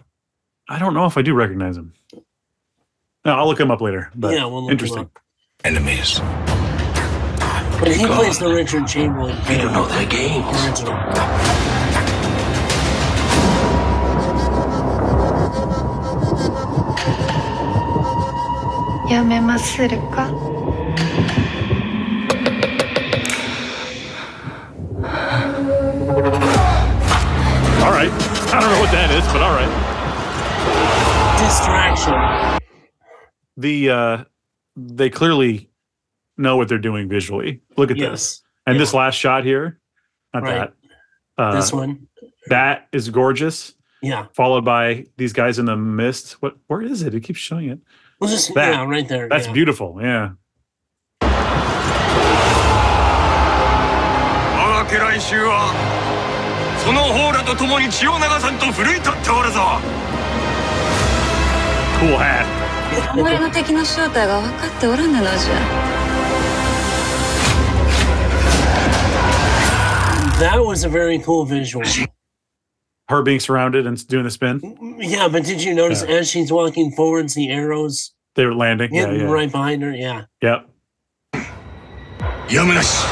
S1: I don't know if I do recognize him. No, I'll look him up later. But
S2: yeah. We'll look him
S1: interesting.
S2: up.
S7: enemies.
S2: But he plays the Richard Chamberlain
S7: We don't know
S2: character,
S7: their games.
S2: original.
S1: All right. I don't know what that is, but all right.
S2: Distraction.
S1: the uh they clearly know what they're doing visually. Look at this.
S2: Yes.
S1: And this last shot here, not
S2: Right.
S1: that. Uh,
S2: this one.
S1: That is gorgeous.
S2: Yeah.
S1: Followed by these guys in the mist. What? Where is it? It keeps showing it.
S2: Well, just
S1: that-
S2: yeah, right there.
S1: That's
S2: yeah.
S1: beautiful. Yeah.
S8: 我が家来衆はその方らと共に血を流さんと奮い立っておるぞ
S1: Cool hat.
S6: あまりの敵の正体が分かっておらぬのじゃ。
S2: That was a very cool visual.
S1: Her being surrounded and doing the spin.
S2: Yeah, but did you notice as she's walking forwards, the arrows
S1: They were landing. Yeah.
S2: hitting
S1: Yeah.
S2: right behind her? Yeah.
S1: Yep.
S8: やむなし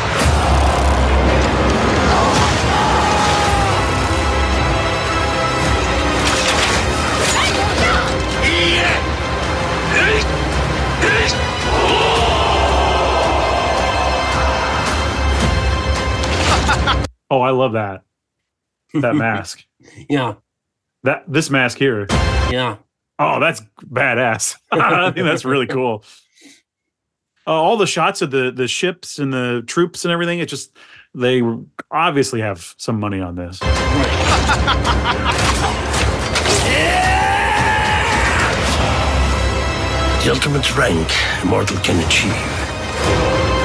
S1: Oh, I love that. That mask.
S2: Yeah.
S1: That this mask here.
S2: Yeah.
S1: Oh, that's badass. I think that's really cool. Uh, all the shots of the the ships and the troops and everything. It just they obviously have some money on this.
S2: Right.
S7: The ultimate rank a mortal can achieve.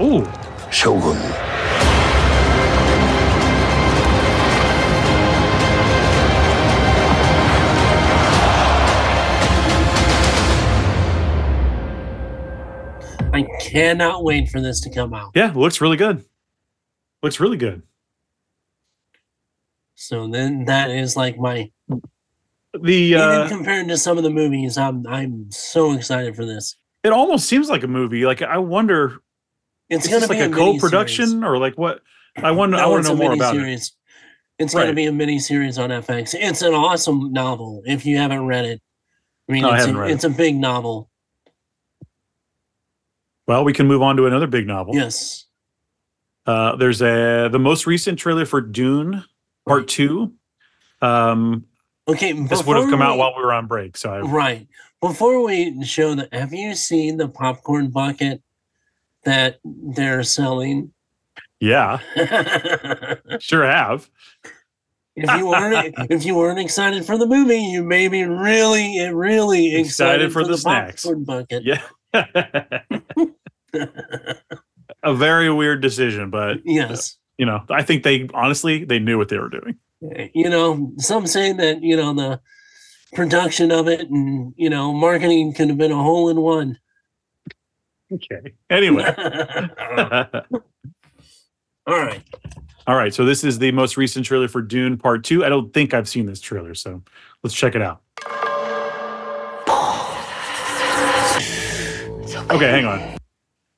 S1: Ooh,
S7: Shogun.
S2: I cannot wait for this to come out.
S1: yeah, looks really good. Looks really good.
S2: So then that is like my
S1: The uh,
S2: even compared to some of the movies, I'm I'm so excited for this.
S1: it almost seems like a movie. Like I wonder,
S2: It's
S1: is
S2: gonna
S1: this like
S2: be
S1: a
S2: miniseries.
S1: co-production or like what? I want. I
S2: No,
S1: want
S2: it's
S1: to know
S2: a
S1: more about it.
S2: miniseries. It's
S1: Right.
S2: gonna be a mini series on FX. It's an awesome novel if you haven't read it. I mean,
S1: No, I
S2: it's,
S1: haven't
S2: a,
S1: read it.
S2: it's a big novel.
S1: Well, we can move on to another big novel.
S2: Yes.
S1: Uh, there's a the most recent trailer for Dune Part Two. Um,
S2: Okay.
S1: this would have
S2: before
S1: come out
S2: we-
S1: while we were on break, so I
S2: Right. Before we show the, have you seen the popcorn bucket that they're selling?
S1: Yeah,
S2: if
S1: sure have.
S2: you weren't, if you weren't excited for the movie, you may be really, really excited,
S1: Excited for the snacks.
S2: popcorn bucket.
S1: Yeah. a very weird decision, but
S2: Yes.
S1: you know, I think they honestly they knew what they were doing.
S2: You know, some say that you know the production of it and you know marketing could have been a hole in one.
S1: Okay. Anyway.
S2: All
S1: All
S2: right.
S1: right, so this is the most recent trailer for Dune Part 2. I don't think I've seen this trailer, so let's check it out. Okay, hang on.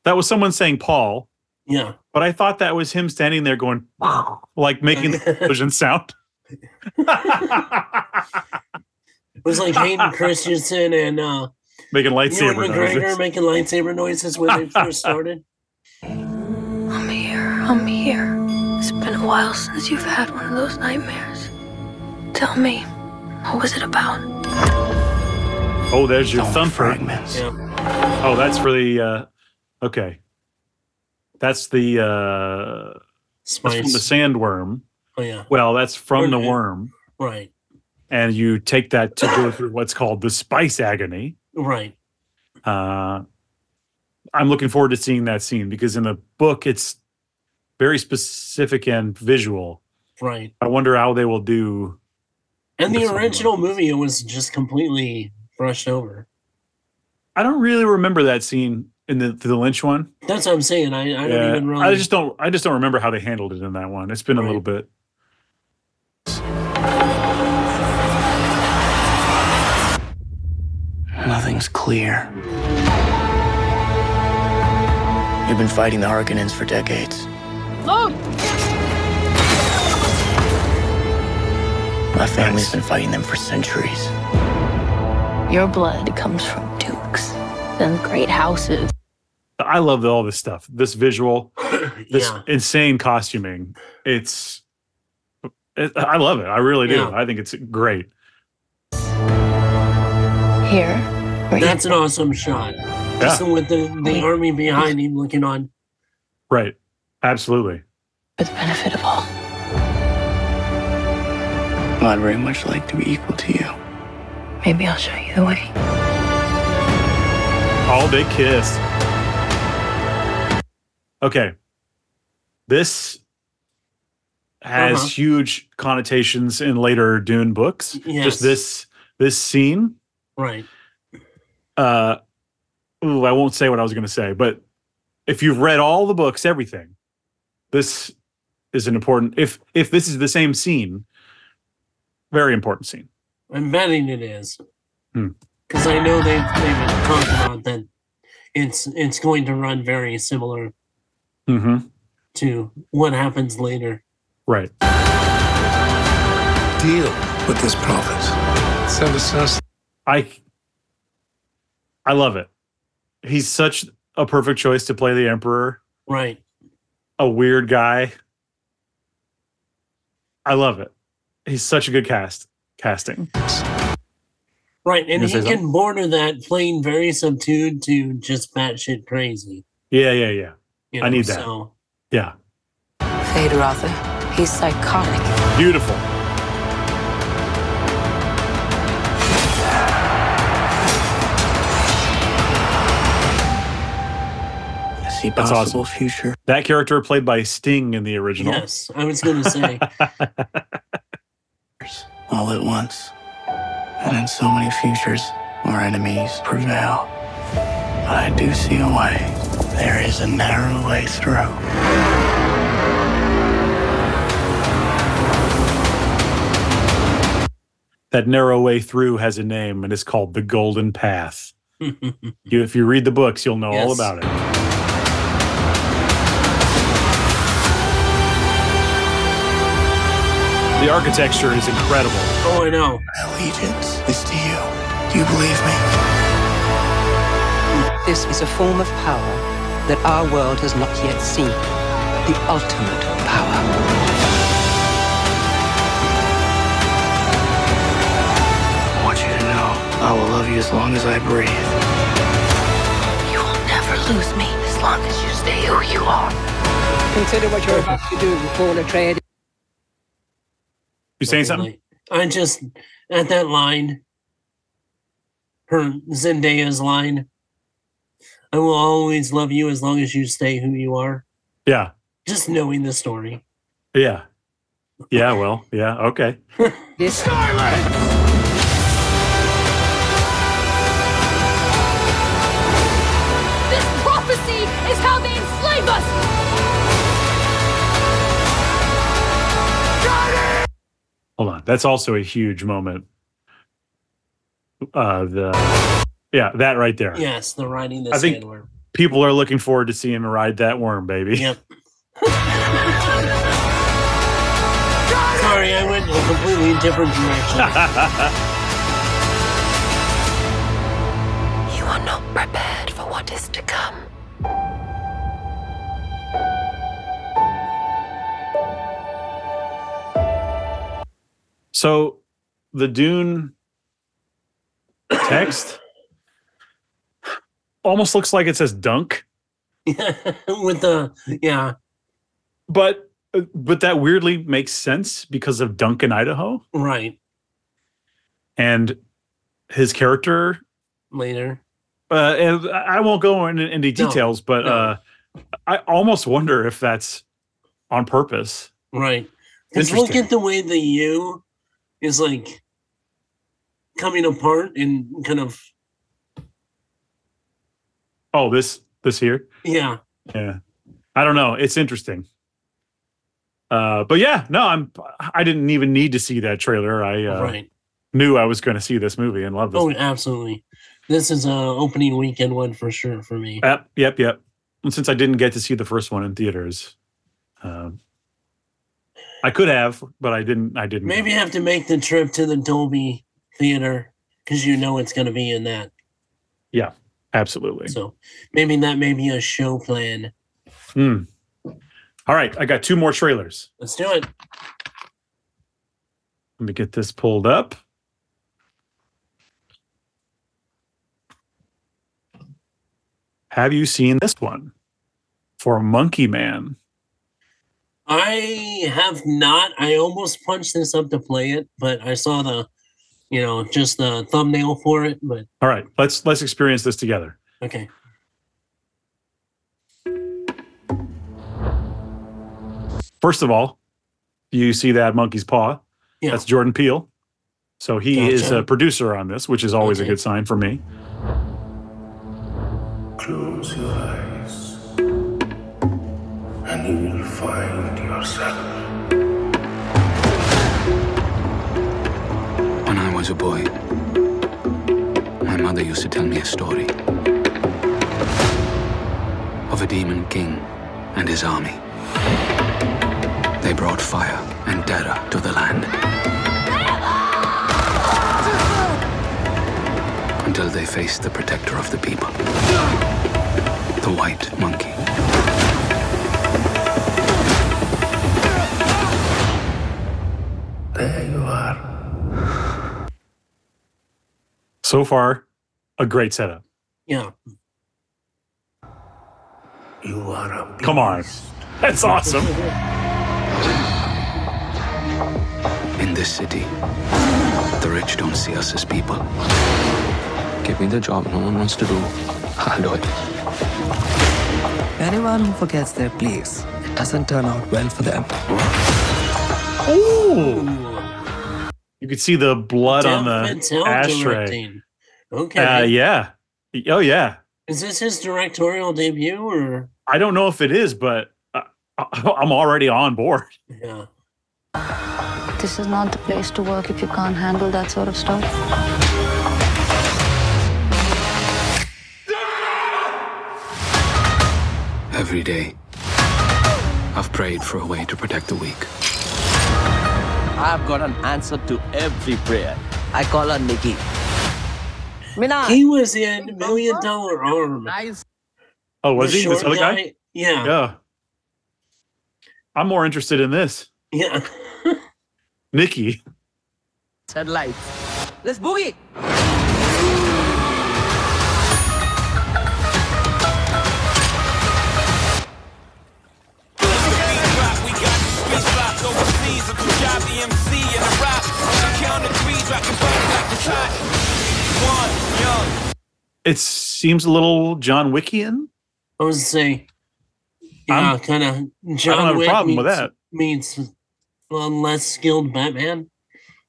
S1: That was someone saying Paul,
S2: Yeah.
S1: but I thought that was him standing there going like making the explosion sound.
S2: It was like Hayden Christensen and uh
S1: making
S2: Ewan
S1: lightsaber
S2: McGregor
S1: noises.
S2: making lightsaber noises when they first started.
S9: I'm here. I'm here. It's been a while since you've had one of those nightmares. Tell me, what was it about?
S1: Oh, there's your thumbprint.
S2: Yeah.
S1: Oh, that's for the uh okay. That's the uh that's from the
S2: Spice.
S1: sandworm.
S2: Oh yeah.
S1: Well, that's from the
S2: Okay.
S1: worm.
S2: Right.
S1: And you take that to go through what's called the spice agony.
S2: Right.
S1: Uh I'm looking forward to seeing that scene because in the book it's very specific and visual.
S2: Right.
S1: I wonder how they will do
S2: And the
S1: That's all right.
S2: original movie it was just completely brushed over.
S1: I don't really remember that scene in the the Lynch one.
S2: That's what I'm saying. I, I don't even really
S1: I just don't. I just don't remember how they handled it in that one. It's been a little bit.
S10: Nothing's clear. You've been fighting the Harkonnens for decades. My family's been fighting them for centuries.
S9: Your blood comes from dukes and great houses.
S1: I love all this stuff. This visual, this insane costuming. It's, it, I love it. I really do.
S2: Yeah.
S1: I think it's great.
S9: Here.
S2: That's an awesome shot. Just with the, the army behind him looking on.
S1: Right. Absolutely.
S9: For the benefit of all.
S10: I'd very much like to be equal to you.
S9: Maybe I'll show you the way.
S1: All they kissed. Okay. This has
S2: Uh-huh.
S1: huge connotations in later Dune books.
S2: Yes.
S1: Just this this scene.
S2: Right.
S1: Uh ooh, I won't say what I was gonna say, but if you've read all the books, everything, this is an important if if this is the same scene, very important scene.
S2: I'm betting it is.
S1: Hmm.
S2: Because I know they've, they've talked about that it's, it's going to run very similar
S1: Mm-hmm.
S2: to what happens later.
S1: Right.
S7: Deal with this province. Send us us.
S1: I I love it. He's such a perfect choice to play the emperor,
S2: Right.
S1: a weird guy. I love it. He's such a good cast casting.
S2: Right. And
S1: Gonna
S2: he
S1: say
S2: can
S1: something?
S2: border that playing very subdued to just batshit crazy.
S1: Yeah, yeah, yeah.
S2: You
S1: I
S2: know,
S1: need that.
S2: So,
S1: Yeah.
S11: Fade Rother. He's psychotic.
S1: Beautiful.
S10: I see
S1: That's
S10: possible future.
S1: That character played by Sting in the original.
S2: yes, I was going to say.
S10: all at once. And in so many futures where enemies prevail. But I do see a way. There is a narrow way through.
S1: That narrow way through has a name and it's called the Golden Path. You, if you read the books, you'll know all
S2: Yes.
S1: about it. The architecture is incredible.
S2: oh, I know.
S10: Allegiance is to you. Do you believe me?
S11: This is a form of power that our world has not yet seen. The ultimate power.
S10: I want you to know I will love you as long as I breathe.
S9: You will never lose me as long as you stay who you are.
S11: Consider what you're about to do before the trade.
S1: You saying something?
S2: I just, at that line, her Zendaya's line, I will always love you as long as you stay who you are.
S1: Yeah.
S2: Just knowing the story.
S1: Yeah. Yeah, well, yeah, okay.
S11: This
S12: This prophecy is how they enslave us!
S1: Hold on. That's also a huge moment. Uh the Yeah, that right there.
S2: Yes, the riding the
S1: I think-
S2: Sandworm.
S1: People are looking forward to seeing him ride that worm, baby.
S2: Yep. Sorry, I went in a completely different direction.
S9: You are not prepared for what is to come.
S1: So the Dune text almost looks like it says dunk,
S2: With the, yeah,
S1: but but that weirdly makes sense because of Duncan, Idaho,
S2: right.
S1: and his character.
S2: Later.
S1: Uh, and I I won't go into any
S2: No,
S1: details, but
S2: no.
S1: uh, I almost wonder if that's on purpose.
S2: Right. Because look
S1: Interesting.
S2: at the way the U is like coming apart and kind of
S1: Oh, this this here,
S2: yeah.
S1: yeah. I don't know. It's interesting. Uh, but yeah, no, I'm. I didn't even need to see that trailer. I uh,
S2: Right.
S1: knew I was going to see this movie and love this.
S2: Oh, absolutely. This is a opening weekend one for sure for me.
S1: Yep, yep, yep. And since I didn't get to see the first one in theaters, um, I could have, but I didn't. I didn't.
S2: Maybe have to make the trip to the Dolby Theater because you know it's going to be in that.
S1: Yeah, absolutely.
S2: So maybe that may be a show plan.
S1: Hmm. All right, I got two more trailers.
S2: Let's do it.
S1: Let me get this pulled up. Have you seen this one for Monkey Man?
S2: I have not. I almost punched this up to play it, but I saw the, you know, just the thumbnail for it. But
S1: all right, let's let's experience this together.
S2: okay,
S1: First of all, you see that monkey's paw.
S2: Yeah.
S1: That's Jordan Peele. So he is
S2: Gotcha.
S1: a producer on this, which is always a good sign for me.
S13: Close your eyes, and you will find yourself.
S10: When I was a boy, my mother used to tell me a story of a demon king and his army. They brought fire and terror to the land. Until they faced the protector of the people, the white monkey.
S13: There you are.
S1: So far, a great setup.
S2: yeah,
S13: You are a
S1: Come on. That's awesome.
S10: In this city, the rich don't see us as people.
S14: Give me the job no one wants to do. I'll do it.
S15: Anyone who forgets their place, it doesn't turn out well for them.
S1: Ooh. You could see the blood on
S2: Dev
S1: the
S2: Patel
S1: ashtray.
S2: directing. Okay,
S1: Uh, yeah. Oh, yeah.
S2: is this his directorial debut or?
S1: I don't know if it is, but uh, I- I'm already on board.
S2: Yeah.
S16: This is not the place to work if you can't handle that sort of stuff.
S10: Every day, I've prayed for a way to protect the weak.
S15: I've got an answer to every prayer. I call on Nikki. Mina.
S2: He was in Million Dollar Arm.
S1: Oh, was
S2: The
S1: he this
S2: short
S1: other guy?
S2: guy? Yeah.
S1: Yeah. I'm more interested in this.
S2: Yeah.
S1: Nikki.
S15: Said lights. Let's boogie.
S1: It seems a little John Wickian.
S2: I was saying, yeah,
S1: I'm-
S2: kind of. John
S1: I don't have a
S2: Wick
S1: problem with
S2: meets-
S1: that.
S2: Means well, less skilled Batman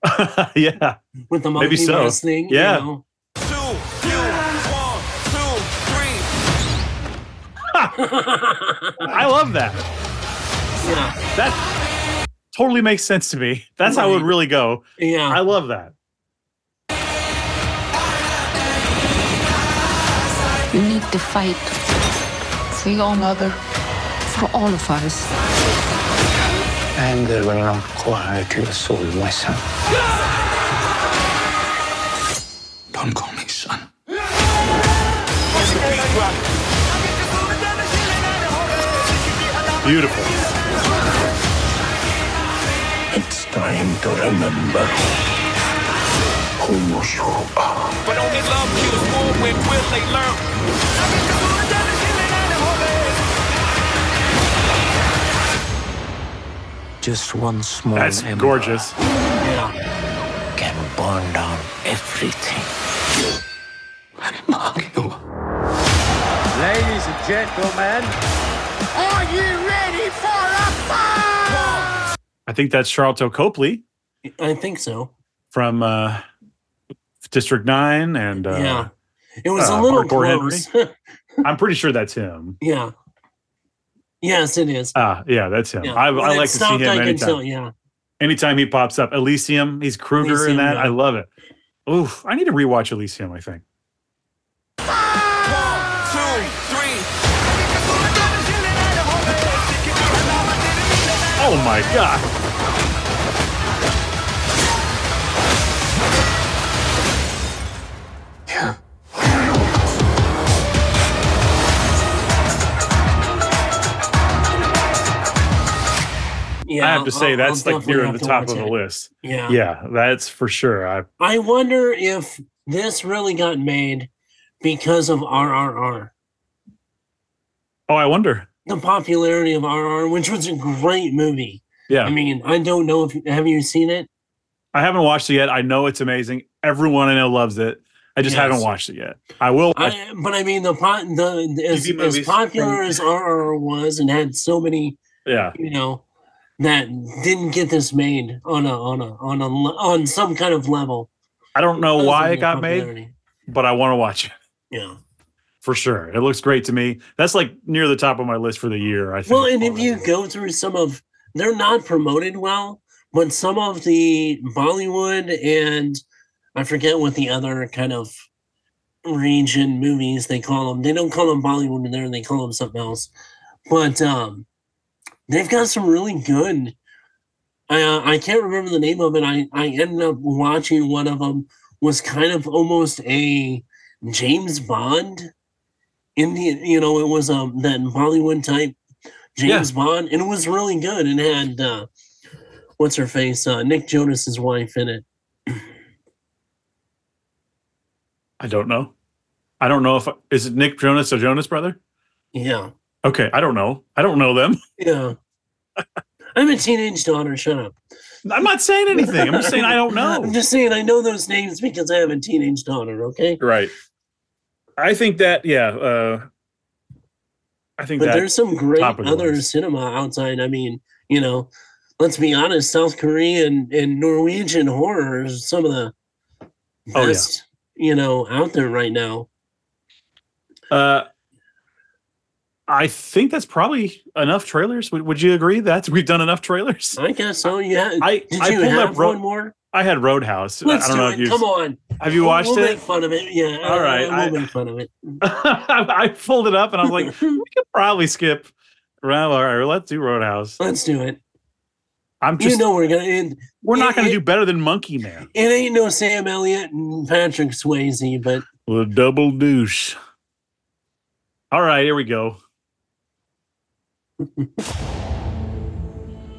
S1: yeah.
S2: with the monkey
S1: Maybe so.
S2: wrestling.
S1: Yeah.
S2: You know?
S1: I love that.
S2: Yeah.
S1: That totally makes sense to me. That's how it would
S2: Right.
S1: really go.
S2: Yeah.
S1: I love that.
S16: You need to fight for your mother, for all of us.
S17: Anger will not quiet your soul, my son.
S10: Don't call me son.
S1: Beautiful.
S13: It's time to remember who you are.
S17: Just one small
S1: That's
S17: ember
S1: gorgeous.
S2: Yeah.
S17: can burn down everything.
S18: Ladies and gentlemen, are you ready for a fight?
S1: I think that's Charlton Copley
S2: I think so.
S1: from uh, District 9 and uh,
S2: yeah. It was
S1: uh,
S2: a little
S1: Hardcore Henry.
S2: close.
S1: I'm pretty sure that's him.
S2: yeah. Yes, it is.
S1: Ah, yeah, that's him.
S2: Yeah.
S1: I,
S2: When
S1: I
S2: it
S1: like to see
S2: stopped,
S1: him
S2: I can
S1: anytime.
S2: tell, yeah.
S1: Anytime he pops up, Elysium, he's Kruger
S2: Elysium,
S1: in that.
S2: yeah.
S1: I love it. Oof, I need to rewatch Elysium. I think. Oh my god! I have to say
S2: I'll-
S1: that's
S2: I'll
S1: like near
S2: definitely
S1: the
S2: have
S1: top
S2: to
S1: of the
S2: watch it.
S1: list.
S2: Yeah.
S1: yeah, that's for sure. I
S2: I wonder if this really got made because of RRR,
S1: oh, I wonder.
S2: the popularity of RRR, which was a great movie.
S1: Yeah,
S2: I mean, I don't know if have you seen it?
S1: I haven't watched it yet. I know it's amazing. Everyone I know loves it. I just
S2: Yes.
S1: haven't watched it yet. I will. watch-
S2: I, but I mean, the pot the as,
S1: TV
S2: as
S1: movies
S2: popular
S1: from-
S2: as RRR was and had so many,
S1: yeah,
S2: you know, that didn't get this made on a on a on a le- on some kind of level.
S1: I don't know
S2: Because of
S1: why it
S2: the
S1: got made,
S2: popularity.
S1: but I want to watch it
S2: Yeah.
S1: for sure. It looks great to me. That's like near the top of my list for the year. I think.
S2: Well, and if you go through some of, they're not promoted well, but some of the Bollywood and I forget what the other kind of region movies they call them. They don't call them Bollywood in there; they call them something else. But um, they've got some really good. Uh, I can't remember the name of it. I I ended up watching one of them was kind of almost a James Bond. Indian, you know, it was um that Bollywood type James Bond, and it was really good. And had uh, what's her face, uh, Nick Jonas's wife in it.
S1: I don't know. I don't know if is it Nick Jonas or Jonas brother.
S2: Yeah,
S1: Okay, I don't know. I don't know them.
S2: yeah. I'm a teenage daughter. Shut up.
S1: I'm not saying anything. I'm just saying I don't know.
S2: I'm just saying I know those names because I have a teenage daughter. Okay,
S1: Right. I think that yeah. Uh, I think
S2: but
S1: that
S2: there's some great
S1: top of the
S2: other
S1: list.
S2: cinema outside. I mean, you know, let's be honest, South Korean and Norwegian horror is some of the
S1: Oh, yeah.
S2: best, you know, out there right now.
S1: Uh, I think that's probably enough trailers. Would, would you agree that we've done enough trailers?
S2: I guess so. Yeah.
S1: I
S2: Did
S1: I
S2: you
S1: pulled
S2: have
S1: up Ro-
S2: one more?
S1: I had Roadhouse. I- I
S2: Let's
S1: don't know
S2: do
S1: if
S2: it.
S1: you
S2: Come on.
S1: Have you
S2: We'll-
S1: watched
S2: we'll
S1: it?
S2: Make fun of it. Yeah.
S1: All right,
S2: We'll
S1: I-
S2: make fun of it.
S1: I pulled it up and I was like, we could probably skip. Well, all right, let's do Roadhouse.
S2: Let's do it.
S1: I'm just
S2: you know we're gonna. It,
S1: we're not going
S2: it-
S1: to do better than Monkey Man.
S2: It ain't no Sam Elliott and Patrick Swayze, but
S1: The double douche. All right, here we go.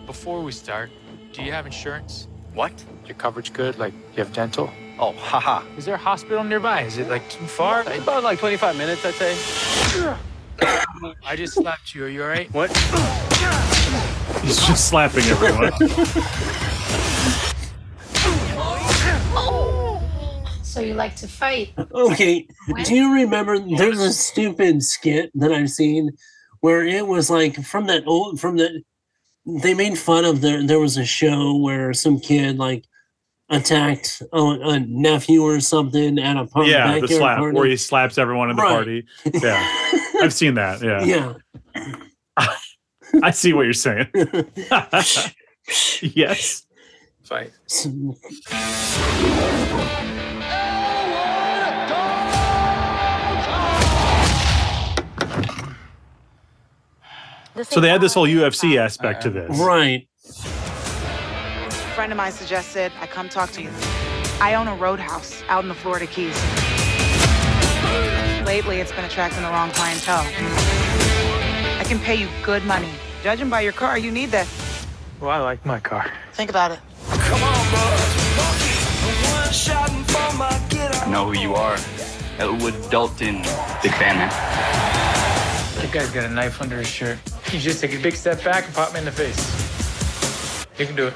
S16: Before we start, do you have insurance? What? Your coverage good? Like, you have dental? Oh, haha. Is there a hospital nearby? Is it like too far? About like 25 minutes, I'd say. I just slapped you. Are you all right? What?
S1: He's just slapping everyone.
S19: So you like to fight?
S2: okay. Do you remember? There's a stupid skit that I've seen where it was like from that old from the. They made fun of there. There was a show where some kid like attacked a, a nephew or something at a pub.
S1: yeah, the
S2: backyard
S1: slap
S2: party.
S1: where he slaps everyone in the
S2: Right.
S1: party. Yeah, I've seen that. Yeah,
S2: yeah.
S1: I see what you're saying. yes.
S16: Fight.
S1: So they had this whole UFC aspect to this.
S2: Right.
S20: A friend of mine suggested I come talk to you. I own a roadhouse out in the Florida Keys. Lately, it's been attracting the wrong clientele. I can pay you good money. Judging by your car, you need that.
S16: Well, I like my car.
S20: Think about it.
S21: I know who you are. Elwood Dalton, big fan, man.
S16: That guy's got a knife under his shirt. You just take a big step back and pop him in the face. You can do it.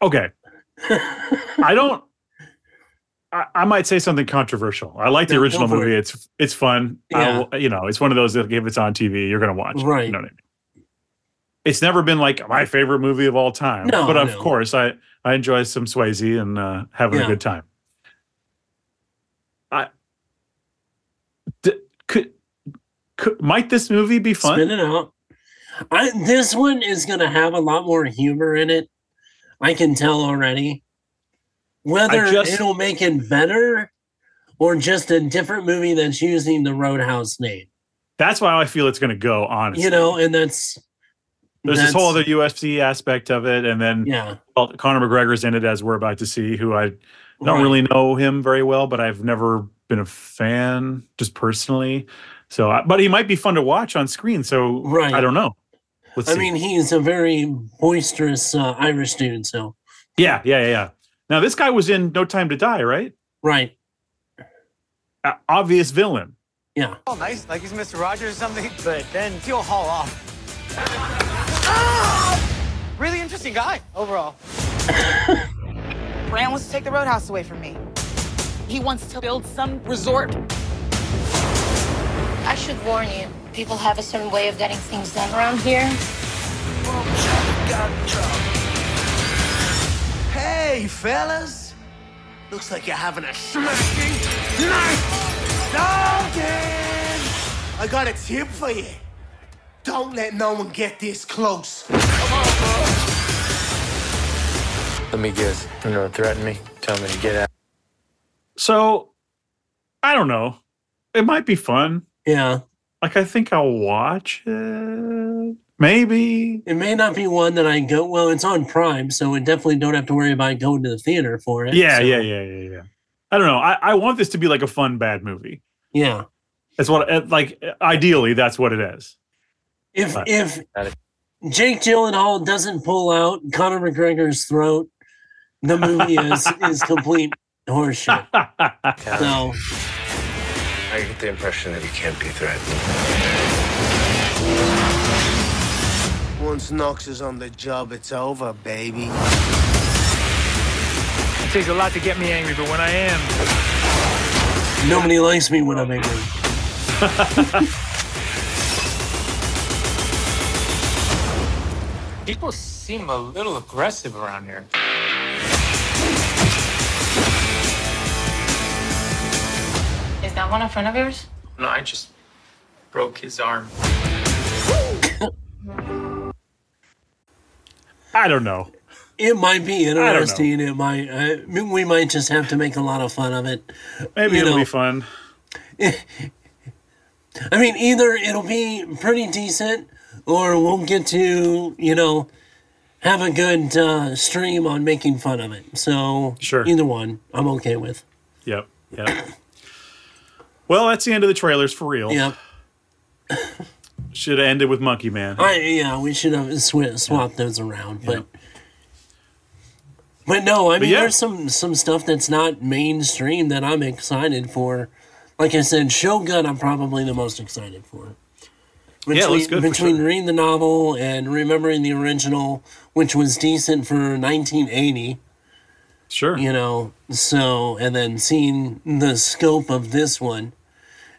S1: Okay. I don't. I, I might say something controversial. I like the
S2: Yeah, go
S1: original
S2: for
S1: movie. It's it's fun.
S2: Yeah.
S1: I'll, you know, it's one of those that if it's on TV, you're gonna watch. it.
S2: Right.
S1: You know what I mean? It's never been like my favorite movie of all time,
S2: No,
S1: but of
S2: no.
S1: course, I I enjoy some Swayze and uh, having
S2: Yeah.
S1: a good time. I d- could, could might this movie be fun?
S2: Spin it out. I, this one is going to have a lot more humor in it. I can tell already. Whether
S1: just-
S2: it'll make it better or just a different movie that's using the Roadhouse name,
S1: That's why I feel it's gonna go. Honestly,
S2: you know, and that's
S1: There's this
S2: That's-
S1: whole other UFC aspect of it, and then
S2: Yeah.
S1: well, Conor McGregor's in it, as we're about to see. Who I don't
S2: Right.
S1: really know him very well, but I've never been a fan just personally. So, I- but he might be fun to watch on screen. So
S2: Right.
S1: I don't know. Let's
S2: I
S1: see.
S2: mean, he's a very boisterous uh, Irish dude. So
S1: yeah, yeah, yeah, yeah. Now this guy was in No Time to Die, right?
S2: Right.
S1: Uh, obvious villain.
S2: Yeah.
S22: All Oh, nice, like he's Mr. Rogers or something, but then he'll haul off. Ah! Really interesting guy overall.
S20: Rand wants to take the roadhouse away from me. He wants to build some resort.
S19: I should warn you, people have a certain way of getting things done around here.
S15: Hey, fellas. Looks like you're having a smashing night. Logan, I got a tip for you. Don't let no one get this close.
S16: Let me guess. You know, threaten me. Tell me to get out.
S1: So I don't know. It might be fun.
S2: Yeah.
S1: Like I think I'll watch it. Maybe
S2: it may not be one that I go. Well, it's on Prime, so we definitely don't have to worry about going to the theater for it.
S1: Yeah,
S2: so-
S1: yeah, yeah, yeah, yeah. I don't know. I, I want this to be like a fun bad movie.
S2: Yeah.
S1: That's what uh, like ideally that's what it is.
S2: If
S1: But-
S2: if Jake Gyllenhaal doesn't pull out Conor McGregor's throat, the movie is is complete horseshit. so
S23: I get the impression that he can't be threatened.
S15: Once Knox is on the job, it's over, baby.
S16: It takes a lot to get me angry, but when I am,
S2: nobody likes me when I'm angry.
S16: people seem a little aggressive around here.
S19: Is that one in front of yours?
S16: No, I just broke his arm.
S1: I don't know.
S2: It might be
S1: don't know.
S2: interesting. It might. I mean, we might just have to make a lot of fun of it.
S1: Maybe
S2: You
S1: it'll
S2: know.
S1: be fun.
S2: I mean, either it'll be pretty decent, or we'll get to you know have a good uh, stream on making fun of it. So
S1: Sure.
S2: either one, I'm okay with.
S1: Yep. Yep. well, that's the end of the trailers for real.
S2: Yep.
S1: Should have ended with Monkey Man.
S2: I yeah, we should have sw- swapped those around, but but no, I mean
S1: But yeah.
S2: there's some some stuff that's not mainstream that I'm excited for. Like I said, Shogun, I'm probably the most excited for. Between,
S1: Yeah, it looks good for
S2: Between
S1: sure.
S2: reading the novel and remembering the original, which was decent for 1980.
S1: Sure.
S2: You know, so and then seeing the scope of this one,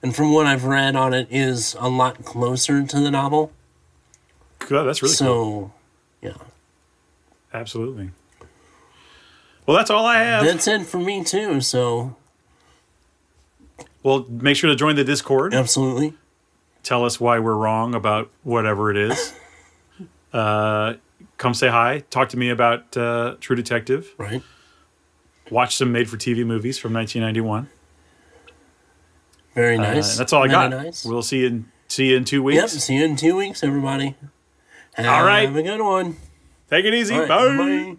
S2: and from what I've read on it, is a lot closer to the novel.
S1: God, that's really
S2: so,
S1: cool.
S2: yeah.
S1: Absolutely. Well, that's all I have.
S2: That's it for me too. So
S1: Well, make sure to join the Discord.
S2: Absolutely.
S1: Tell us why we're wrong about whatever it is. uh, come say hi. Talk to me about uh, True Detective.
S2: Right.
S1: Watch some made for TV movies from 1991.
S2: very
S1: Uh,
S2: nice.
S1: that's all I
S2: Very
S1: got.
S2: nice.
S1: We'll see you in see you in two weeks.
S2: Yep. See you in two weeks, everybody. Have
S1: All right.
S2: Have a good one.
S1: Take it easy.
S2: All right,
S1: Bye.
S2: bye.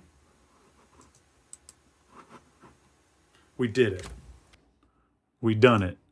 S1: We did it. We done it.